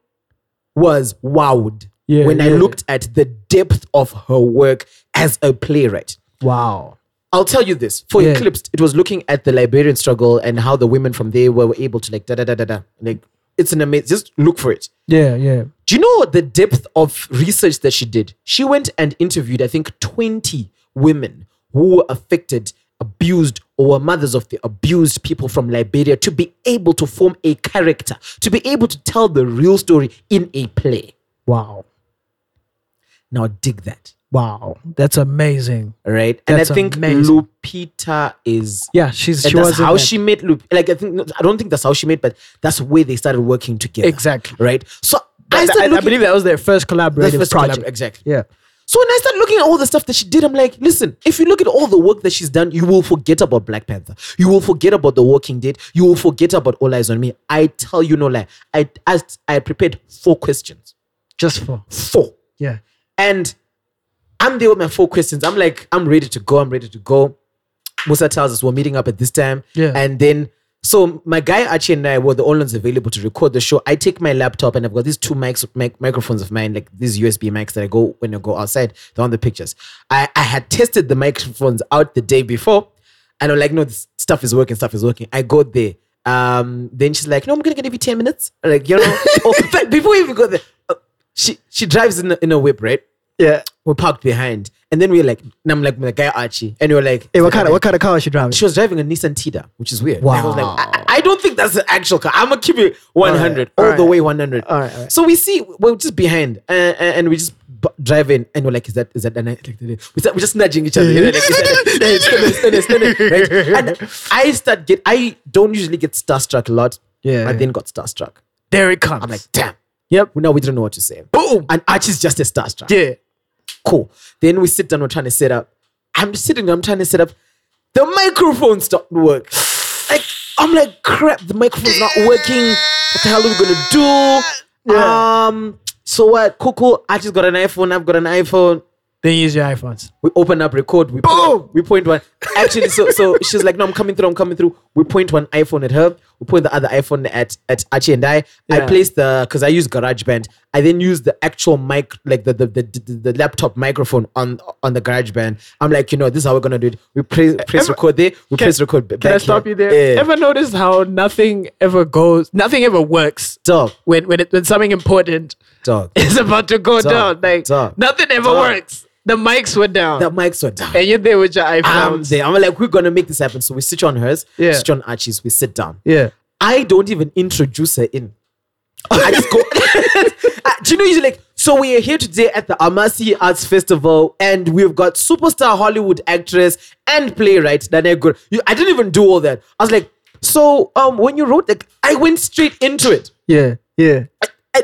[SPEAKER 4] was wowed
[SPEAKER 3] Yeah,
[SPEAKER 4] when I
[SPEAKER 3] yeah.
[SPEAKER 4] looked at the depth of her work as a playwright.
[SPEAKER 3] Wow.
[SPEAKER 4] I'll tell you this for
[SPEAKER 3] Yeah.
[SPEAKER 4] Eclipsed, it was looking at the Liberian struggle and how the women from there were, were able to, like, da da da da da. Like, it's an amazing, just look for it.
[SPEAKER 3] Yeah, yeah.
[SPEAKER 4] Do you know the depth of research that she did? She went and interviewed, I think, 20 women who were affected, abused, or were mothers of the abused people from Liberia to be able to form a character, to be able to tell the real story in a play.
[SPEAKER 3] Wow.
[SPEAKER 4] Now, dig that.
[SPEAKER 3] wow, that's amazing.
[SPEAKER 4] right? And I
[SPEAKER 3] That's
[SPEAKER 4] think
[SPEAKER 3] amazing.
[SPEAKER 4] Lupita is.
[SPEAKER 3] Yeah, she's
[SPEAKER 4] and
[SPEAKER 3] she
[SPEAKER 4] that's
[SPEAKER 3] was in
[SPEAKER 4] how
[SPEAKER 3] that.
[SPEAKER 4] she met Lup. Like I think I don't think that's how she met, but that's where they started working together.
[SPEAKER 3] Exactly.
[SPEAKER 4] Right. So I
[SPEAKER 3] I,
[SPEAKER 4] started looking.
[SPEAKER 3] believe that was their first
[SPEAKER 4] that's
[SPEAKER 3] collaborative
[SPEAKER 4] first
[SPEAKER 3] project.
[SPEAKER 4] collab- Exactly.
[SPEAKER 3] Yeah.
[SPEAKER 4] So when I started looking at all the stuff that she did, I'm like, listen, if you look at all the work that she's done, you will forget about Black Panther. You will forget about The Walking Dead. You will forget about All Eyes on Me. I tell you no lie. I asked, I prepared four questions.
[SPEAKER 3] Just for
[SPEAKER 4] Four.
[SPEAKER 3] yeah.
[SPEAKER 4] And I'm there with my four questions. I'm like, I'm ready to go. I'm ready to go. Musa tells us we're meeting up at this time.
[SPEAKER 3] Yeah.
[SPEAKER 4] And then, so my guy Archie and I were the only ones available to record the show. I take my laptop and I've got these two mics, mic, microphones of mine, like these USB mics that I go when I go outside. They're on the pictures. I, I had tested the microphones out the day before. And I'm like, no, this stuff is working, stuff is working. I go there. Um, then she's like, no, I'm gonna give you 10 minutes. Like, you know, oh, but before we even go there, uh, she she drives in a, in a whip, right?
[SPEAKER 3] Yeah.
[SPEAKER 4] were parked behind. And then we were like, and I'm like, my guy Archie. And we were like,
[SPEAKER 3] Hey, what kind of what kind of car is she driving?
[SPEAKER 4] She was driving a Nissan Tida, which is weird. Wow. I was like, I, I don't think that's an actual car. I'm going to keep it 100, all,
[SPEAKER 3] All right, all
[SPEAKER 4] the
[SPEAKER 3] right.
[SPEAKER 4] way 100.
[SPEAKER 3] All right, all right.
[SPEAKER 4] So we see, we're just behind uh, uh, and we just b- drive in and we're like, is that, is that, an, like, we start, we're just nudging each other. you know, like, is that- yeah, it's gonna- it's gonna- it's gonna- right? And I start get, I don't usually get starstruck a lot.
[SPEAKER 3] Yeah,
[SPEAKER 4] I
[SPEAKER 3] yeah.
[SPEAKER 4] then got starstruck.
[SPEAKER 3] there it comes.
[SPEAKER 4] I'm like, damn.
[SPEAKER 3] Yep.
[SPEAKER 4] Now we don't know what to say. Boom. And Archie's just a starstruck
[SPEAKER 3] yeah.
[SPEAKER 4] cool. Then we sit down, we're trying to set up. I'm sitting, I'm trying to set up. The microphone stopped work. Like, I'm like, crap, the microphone's not working. What the hell are we gonna do? Um, so what? Cool, cool. I just got an iPhone, I've got an iPhone.
[SPEAKER 3] Then use your iPhones.
[SPEAKER 4] We open up, record, we point, we point one. Actually, so so she's like, No, I'm coming through, I'm coming through. We point one iPhone at her, we point the other iPhone at at Archie and I. I
[SPEAKER 3] Yeah.
[SPEAKER 4] place the because I use GarageBand. I then use the actual mic, like the the, the, the, the laptop microphone on on the GarageBand. I'm like, you know, this is how we're gonna do it. We press press record there, we press record. b-
[SPEAKER 3] Eh, Can I
[SPEAKER 4] back
[SPEAKER 3] stop
[SPEAKER 4] here.
[SPEAKER 3] you there?
[SPEAKER 4] Yeah.
[SPEAKER 3] Ever noticed how nothing ever goes, nothing ever works
[SPEAKER 4] Dog,
[SPEAKER 3] when when it, when something important
[SPEAKER 4] dog.
[SPEAKER 3] is about to go
[SPEAKER 4] Dog,
[SPEAKER 3] down? Like
[SPEAKER 4] dog,
[SPEAKER 3] nothing ever
[SPEAKER 4] dog.
[SPEAKER 3] works. The mics were down,
[SPEAKER 4] the mics were down.
[SPEAKER 3] and you're there with your
[SPEAKER 4] I'm
[SPEAKER 3] iPhones.
[SPEAKER 4] there. I'm like, we're gonna make this happen. So we switch on hers,
[SPEAKER 3] Yeah.
[SPEAKER 4] switch on Archie's, we sit down.
[SPEAKER 3] yeah.
[SPEAKER 4] I don't even introduce her in. I just go. Uh, Do you know, you're like, so we are here today at the Amasi Arts Festival, and we've got superstar Hollywood actress and playwright Dana Gur. You, I didn't even do all that. I was like, so um, when you wrote, like, I went straight into it,
[SPEAKER 3] Yeah. Yeah.
[SPEAKER 4] I,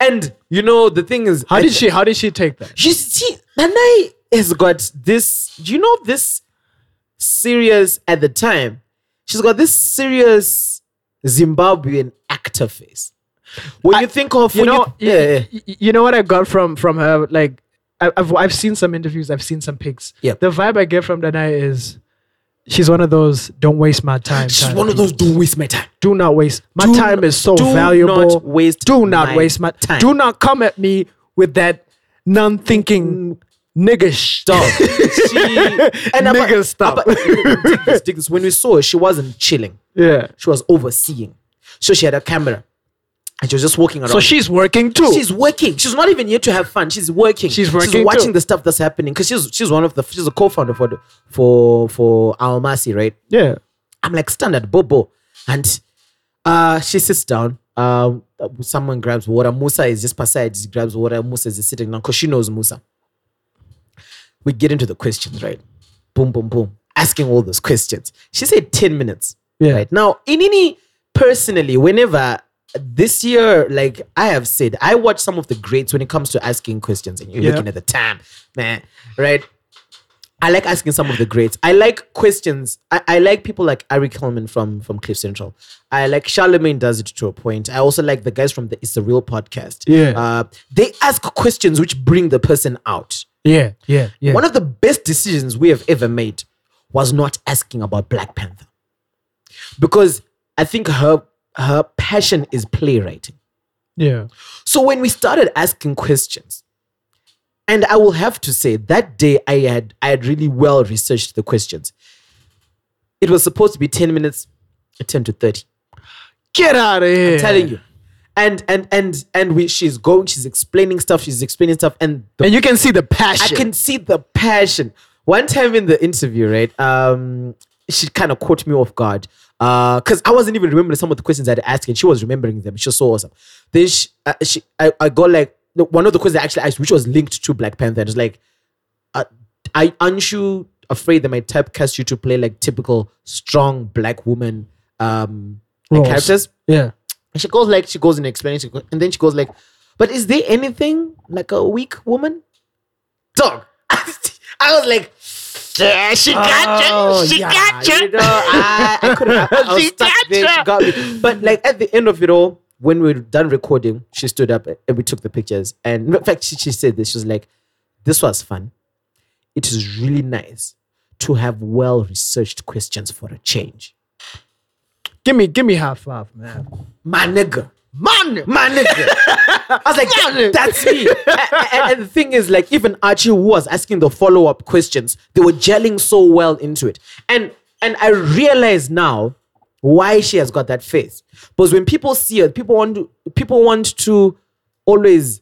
[SPEAKER 4] and you know, the thing is,
[SPEAKER 3] How
[SPEAKER 4] I-
[SPEAKER 3] did she how did she take that?
[SPEAKER 4] you see, Nanai has got this, you know, this serious at the time. She's got this serious Zimbabwean actor face. When you think of,
[SPEAKER 3] You
[SPEAKER 4] when
[SPEAKER 3] know,
[SPEAKER 4] you, yeah, yeah.
[SPEAKER 3] y- y- you know what I got from from her. Like, I, I've I've seen some interviews, I've seen some pics.
[SPEAKER 4] Yep.
[SPEAKER 3] The vibe I get from Danai is, she's one of those don't waste my time.
[SPEAKER 4] she's
[SPEAKER 3] kind
[SPEAKER 4] one of
[SPEAKER 3] people.
[SPEAKER 4] those. Don't waste my time.
[SPEAKER 3] Do not waste my
[SPEAKER 4] Do
[SPEAKER 3] time.
[SPEAKER 4] n-
[SPEAKER 3] Is so
[SPEAKER 4] do not
[SPEAKER 3] valuable.
[SPEAKER 4] waste
[SPEAKER 3] Do not
[SPEAKER 4] my
[SPEAKER 3] waste my
[SPEAKER 4] time.
[SPEAKER 3] Do not come at me with that
[SPEAKER 4] Mm.
[SPEAKER 3] non-thinking nigga stuff.
[SPEAKER 4] Dog. She, and
[SPEAKER 3] Nigga, stop.
[SPEAKER 4] Abba- dig this, dig this. When we saw her, she wasn't chilling.
[SPEAKER 3] Yeah.
[SPEAKER 4] She was overseeing. So she had a camera, and she was just walking around.
[SPEAKER 3] So she's working too.
[SPEAKER 4] She's working. She's not even here to have fun. She's working.
[SPEAKER 3] She's working
[SPEAKER 4] watching
[SPEAKER 3] too.
[SPEAKER 4] the stuff that's happening because she's she's one of the she's a co-founder for the, for for Almasi, right?
[SPEAKER 3] yeah.
[SPEAKER 4] I'm like standard Bobo, and uh, she sits down. Um, someone grabs water. Musa is just beside. He grabs water. Musa is just sitting down because she knows Musa. We get into the questions, right? Boom, boom, boom. Asking all those questions. She said ten minutes.
[SPEAKER 3] Yeah.
[SPEAKER 4] Right now, in any personally, whenever this year, like I have said, I watch some of the greats when it comes to asking questions, and you're
[SPEAKER 3] Yeah.
[SPEAKER 4] looking at the time, man. Right. I like asking some of the greats. I like questions. I, I like people like Ari Hillman from from Cliff Central. I like Charlemagne does it to a point. I also like the guys from the It's a Real podcast.
[SPEAKER 3] Yeah.
[SPEAKER 4] Uh, they ask questions which bring the person out.
[SPEAKER 3] Yeah. Yeah. Yeah.
[SPEAKER 4] One of the best decisions we have ever made was not asking about Black Panther. Because I think her her passion is playwriting.
[SPEAKER 3] yeah.
[SPEAKER 4] So when we started asking questions, and I will have to say that day I had I had really well researched the questions. It was supposed to be 10 minutes, 10 to 30.
[SPEAKER 3] Get out of here.
[SPEAKER 4] Telling you. And and and and we she's going, she's explaining stuff, she's explaining stuff, and the
[SPEAKER 3] And you can see the
[SPEAKER 4] I
[SPEAKER 3] passion.
[SPEAKER 4] can see the passion. One time in the interview, right? Um, she kind of caught me off guard because I wasn't even remembering some of the questions I'd asked, and she was remembering them. She was so awesome. Then she, uh, she I, I got like the- one of the questions I actually asked, which was linked to Black Panther. It was like, uh, I aren't you afraid that my typecast you to play like typical strong black woman um like
[SPEAKER 3] Roles.
[SPEAKER 4] characters?
[SPEAKER 3] Yeah.
[SPEAKER 4] And she goes like she goes in experience, she go- and then she goes like, "But is there anything like a weak woman?" Dog. I was like, "Yeah, she got you. She got Oh, you." know, I, I could have. I was
[SPEAKER 2] She
[SPEAKER 4] stuck there, She got me. But like at the end of it all, when we were done recording, she stood up and we took the pictures. And in fact, she, she said this. She was like, "This was fun. It is really nice to have well-researched questions for a change."
[SPEAKER 3] Give me give me high five, man.
[SPEAKER 4] my nigga. Man, my nigga. I was like, "That- that's me. A- a- and, the thing is, like, even Archie was asking the follow up questions. They were gelling so well into it, and and I realize now why she has got that face. Because when people see her, people want to, people want to always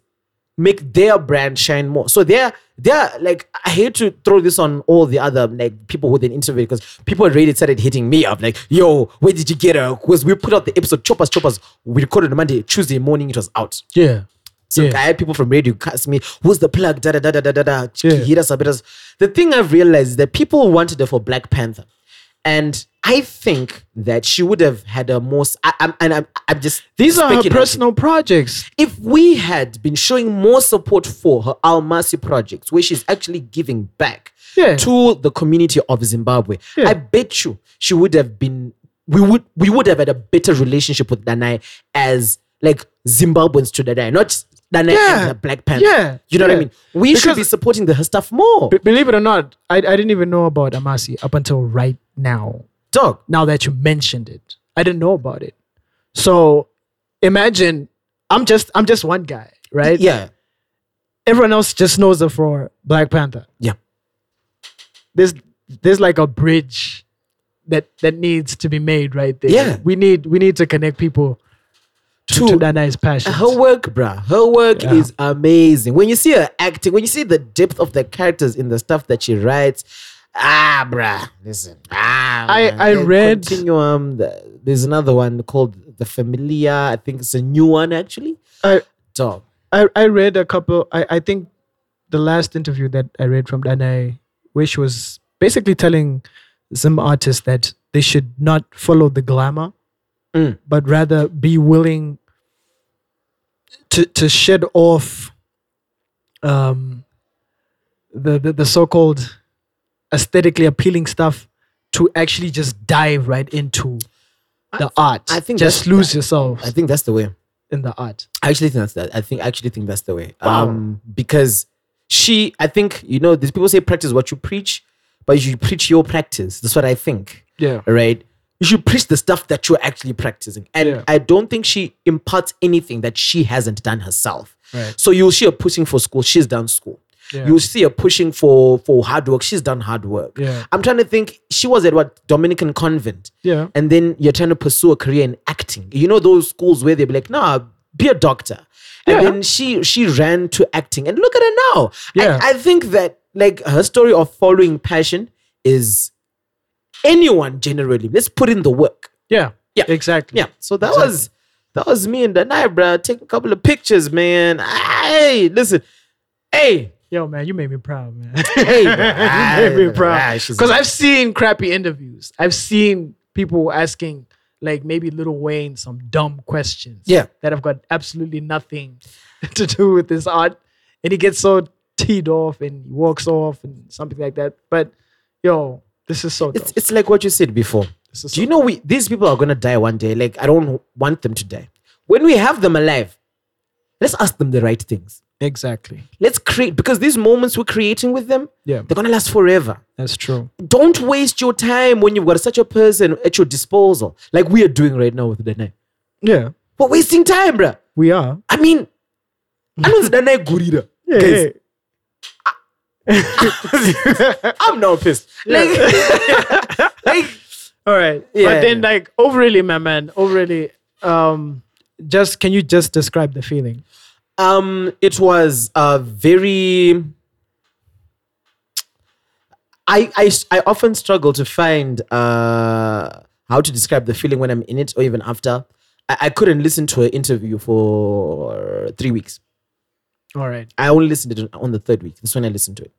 [SPEAKER 4] make their brand shine more. So they're they're like I hate to throw this on all the other like people who then interview because people already started hitting me up like, yo, where did you get her? Because we put out the episode Choppers Choppers. We recorded on Monday, Tuesday morning it was out.
[SPEAKER 3] Yeah.
[SPEAKER 4] So
[SPEAKER 3] Yeah.
[SPEAKER 4] I had people from radio ask me, who's the plug? Da da da da da da da.
[SPEAKER 3] Yeah.
[SPEAKER 4] Hit us up. hit us. The thing I've realized is that people wanted her for Black Panther. And I think that she would have had a more. s- I, am and I'm, I'm just.
[SPEAKER 3] These are her
[SPEAKER 4] speculating
[SPEAKER 3] personal projects.
[SPEAKER 4] if we had been showing more support for her Almasi project, where she's actually giving back
[SPEAKER 3] Yeah.
[SPEAKER 4] to the community of Zimbabwe, I bet you she would have been we would we would have had a better relationship with Danai as like Zimbabweans to Danai, not Danai
[SPEAKER 3] Yeah.
[SPEAKER 4] and the Black Panther.
[SPEAKER 3] Yeah.
[SPEAKER 4] You know what I
[SPEAKER 3] Yeah.
[SPEAKER 4] mean? We should
[SPEAKER 3] Because-
[SPEAKER 4] be supporting the her stuff more.
[SPEAKER 3] B- believe it or not, I, I didn't even know about Amasi up until right now.
[SPEAKER 4] Dog.
[SPEAKER 3] Now that you mentioned it, I didn't know about it. So imagine I'm just I'm just one guy, right?
[SPEAKER 4] Yeah.
[SPEAKER 3] Everyone else just knows her for Black Panther.
[SPEAKER 4] Yeah.
[SPEAKER 3] There's there's like a bridge that that needs to be made right there.
[SPEAKER 4] Yeah.
[SPEAKER 3] We need we need to connect people to, to
[SPEAKER 4] To-
[SPEAKER 3] that nice passion.
[SPEAKER 4] Her work, bruh. Her work is amazing. When you see her acting, when you see the depth of the characters in the stuff that she writes, ah, bruh. Listen, ah.
[SPEAKER 3] I-
[SPEAKER 4] man.
[SPEAKER 3] I
[SPEAKER 4] The
[SPEAKER 3] read-
[SPEAKER 4] Continuum. the- there's another one called The Familia. I think it's a new one actually.
[SPEAKER 3] I-
[SPEAKER 4] Dog.
[SPEAKER 3] I, I read a couple I, I think the last interview that I read from Danae, which was basically telling some artists that they should not follow the glamour,
[SPEAKER 4] Mm.
[SPEAKER 3] but rather be willing to to shed off um the, the, the so-called aesthetically appealing stuff to actually just dive right into the art.
[SPEAKER 4] I think
[SPEAKER 3] just
[SPEAKER 4] that's-
[SPEAKER 3] lose yourself
[SPEAKER 4] I think that's the way.
[SPEAKER 3] in the art.
[SPEAKER 4] I actually think that's that. I think I actually think that's the way. Um, because she, I think you know, these people say practice what you preach, but you preach your practice. That's what I think.
[SPEAKER 3] Yeah.
[SPEAKER 4] Right. You should preach the stuff that you're actually practicing, and
[SPEAKER 3] Yeah.
[SPEAKER 4] I don't think she imparts anything that she hasn't done herself.
[SPEAKER 3] Right.
[SPEAKER 4] So you'll see her pushing for school. She's done school.
[SPEAKER 3] Yeah.
[SPEAKER 4] You'll see her pushing for for hard work. She's done hard work.
[SPEAKER 3] Yeah.
[SPEAKER 4] I'm trying to think. She was at what Dominican convent
[SPEAKER 3] Yeah.
[SPEAKER 4] and then you're trying to pursue a career in acting. You know those schools where they'll be like, nah, be a doctor. And then she she ran to acting. And look at her now.
[SPEAKER 3] Yeah.
[SPEAKER 4] I, I think that like her story of following passion is anyone generally. Let's put in the work.
[SPEAKER 3] Yeah.
[SPEAKER 4] Yeah.
[SPEAKER 3] Exactly.
[SPEAKER 4] Yeah. So that was that was me and Danai, bro. Take a couple of pictures, man. Hey, listen. Hey,
[SPEAKER 3] Yo, man, you made me proud, man.
[SPEAKER 4] hey,
[SPEAKER 3] you made me
[SPEAKER 4] Ah,
[SPEAKER 3] proud.
[SPEAKER 4] she's-
[SPEAKER 3] Because I've seen crappy interviews. I've seen people asking, like, maybe Little Wayne some dumb questions
[SPEAKER 4] Yeah.
[SPEAKER 3] that have got absolutely nothing to do with this art. And he gets so teed off and he walks off and something like that. But, yo, this is so dope.
[SPEAKER 4] It's, it's like what you said before.
[SPEAKER 3] is
[SPEAKER 4] Do you know we these people are gonna die one day? Like I don't want them to die. When we have them alive, let's ask them the right things.
[SPEAKER 3] exactly.
[SPEAKER 4] Let's create because these moments we're creating with them,
[SPEAKER 3] Yeah.
[SPEAKER 4] they're gonna last forever.
[SPEAKER 3] That's true.
[SPEAKER 4] Don't waste your time when you've got such a person at your disposal, like we are doing right now with Danai.
[SPEAKER 3] Yeah,
[SPEAKER 4] We're wasting time, bruh.
[SPEAKER 3] we are.
[SPEAKER 4] I mean, I know it's Danai Gurira. Guys,
[SPEAKER 3] Hey,
[SPEAKER 4] I'm now pissed.
[SPEAKER 3] All right.
[SPEAKER 4] Yeah.
[SPEAKER 3] But then, like, overly, my man, overly, um, just can you just describe the feeling?
[SPEAKER 4] Um, it was a very. I, I, I often struggle to find uh, how to describe the feeling when I'm in it or even after. I, I couldn't listen to an interview for three weeks.
[SPEAKER 3] All right.
[SPEAKER 4] I only listened to it on the third week. That's when I listened to it.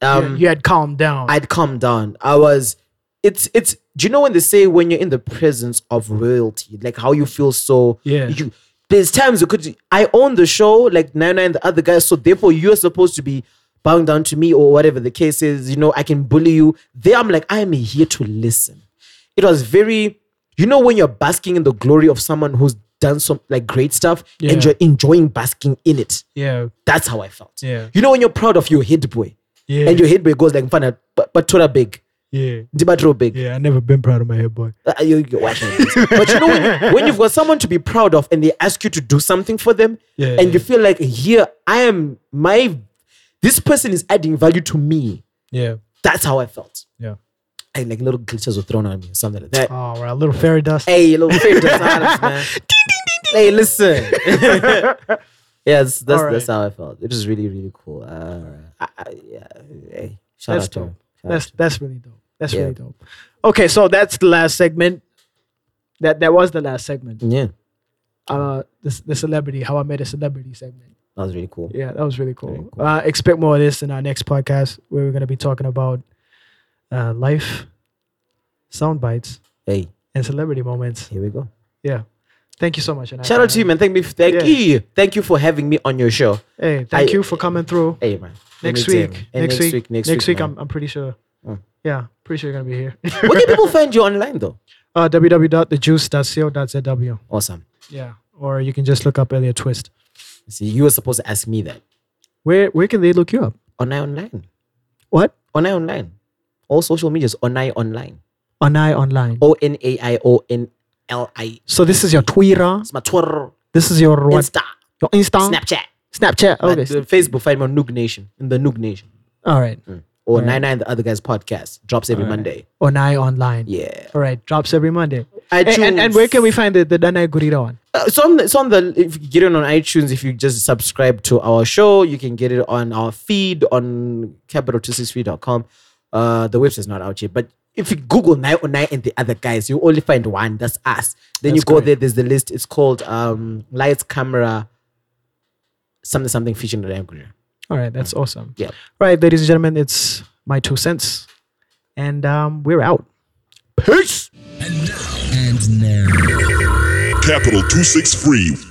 [SPEAKER 4] um,
[SPEAKER 3] you had calmed down.
[SPEAKER 4] I'd calm down. I was. It's it's. Do you know when they say when you're in the presence of royalty, like how you feel so?
[SPEAKER 3] Yeah.
[SPEAKER 4] You, there's times you could. I own the show, like Nana and the other guys. So therefore, you're supposed to be bowing down to me or whatever the case is. You know, I can bully you. There, I'm like, I am here to listen. It was very. You know when you're basking in the glory of someone who's done some like great stuff
[SPEAKER 3] Yeah.
[SPEAKER 4] and you're enjoying basking in it.
[SPEAKER 3] yeah,
[SPEAKER 4] That's how I felt.
[SPEAKER 3] Yeah.
[SPEAKER 4] You know when you're proud of your hit boy
[SPEAKER 3] yeah,
[SPEAKER 4] and your hit boy goes like fana but but total big.
[SPEAKER 3] yeah,
[SPEAKER 4] Dibatro big.
[SPEAKER 3] yeah. I never been proud of my hair, boy.
[SPEAKER 4] Uh, you- you- why can't it? but you know when, when you've got someone to be proud of and they ask you to do something for them
[SPEAKER 3] Yeah,
[SPEAKER 4] and you
[SPEAKER 3] yeah.
[SPEAKER 4] feel like here I am my this person is adding value to me.
[SPEAKER 3] Yeah,
[SPEAKER 4] That's how I felt.
[SPEAKER 3] yeah.
[SPEAKER 4] And like little glitters were thrown on me or something like that.
[SPEAKER 3] Oh, right, little fairy dust.
[SPEAKER 4] Hey, little favorite silence, man. hey, listen. yes, that's
[SPEAKER 3] All right.
[SPEAKER 4] that's how I felt. It was really really cool. Uh, I, I, yeah, hey, shout
[SPEAKER 3] That's
[SPEAKER 4] out to him.
[SPEAKER 3] dope.
[SPEAKER 4] Shout
[SPEAKER 3] That's
[SPEAKER 4] out
[SPEAKER 3] that's really dope. That's
[SPEAKER 4] Yeah.
[SPEAKER 3] really dope. Okay, so that's the last segment. That that was the last segment.
[SPEAKER 4] to him. yeah,
[SPEAKER 3] Uh, the, the celebrity, how I made a celebrity segment.
[SPEAKER 4] that was really cool.
[SPEAKER 3] Yeah, that was really cool.
[SPEAKER 4] Very cool.
[SPEAKER 3] Uh, expect more of this in our next podcast, where we're gonna be talking about uh, life, sound bites,
[SPEAKER 4] Hey,
[SPEAKER 3] and celebrity moments.
[SPEAKER 4] here we go.
[SPEAKER 3] Yeah. Thank you so much. Anaya.
[SPEAKER 4] Shout out to you, man. Thank me. Thank
[SPEAKER 3] Yeah.
[SPEAKER 4] you. Thank you for having me on your show.
[SPEAKER 3] Hey, thank
[SPEAKER 4] I-
[SPEAKER 3] you for coming through.
[SPEAKER 4] Hey, man.
[SPEAKER 3] Next
[SPEAKER 4] Anytime.
[SPEAKER 3] week,
[SPEAKER 4] Hey,
[SPEAKER 3] next week,
[SPEAKER 4] Next,
[SPEAKER 3] next week,
[SPEAKER 4] man.
[SPEAKER 3] I'm, I'm pretty sure.
[SPEAKER 4] Mm.
[SPEAKER 3] Yeah, pretty sure you're gonna be here.
[SPEAKER 4] Where can people find you online though?
[SPEAKER 3] uh, www.thejuice.co.zw.
[SPEAKER 4] Awesome.
[SPEAKER 3] Yeah, or you can just look up Elliot Twist.
[SPEAKER 4] See, you were supposed to ask me that.
[SPEAKER 3] Where where can they look you up?
[SPEAKER 4] Onai online.
[SPEAKER 3] What?
[SPEAKER 4] Onai online. All social medias. Onai online.
[SPEAKER 3] Onai online.
[SPEAKER 4] O N A I O N L I.
[SPEAKER 3] So this is your Twitter.
[SPEAKER 4] It's my Twitter,
[SPEAKER 3] This is your what?
[SPEAKER 4] Insta,
[SPEAKER 3] Your Insta.
[SPEAKER 4] Snapchat.
[SPEAKER 3] Snapchat.
[SPEAKER 4] But
[SPEAKER 3] Okay.
[SPEAKER 4] the Facebook find me on Noog Nation in the Noog Nation
[SPEAKER 3] All right.
[SPEAKER 4] or Nine Nine the Other Guys podcast drops every Monday.
[SPEAKER 3] Onai online.
[SPEAKER 4] Yeah.
[SPEAKER 3] All right. Drops every Monday. And,
[SPEAKER 4] iTunes.
[SPEAKER 3] and, and where can we find the, the Danai Gurira one?
[SPEAKER 4] Uh, it's on it's on the if you get it on iTunes if you just subscribe to our show you can get it on our feed on capital263.com uh the website's not out yet but if you google night on night and the other guys you only find one that's us then you
[SPEAKER 3] That's
[SPEAKER 4] go
[SPEAKER 3] correct.
[SPEAKER 4] there there's the list it's called um lights camera something something featuring the angry
[SPEAKER 3] All right. That's awesome.
[SPEAKER 4] Mm. Yeah.
[SPEAKER 3] Right, ladies and gentlemen, it's my two cents. And um, we're out.
[SPEAKER 1] And now. Capital 263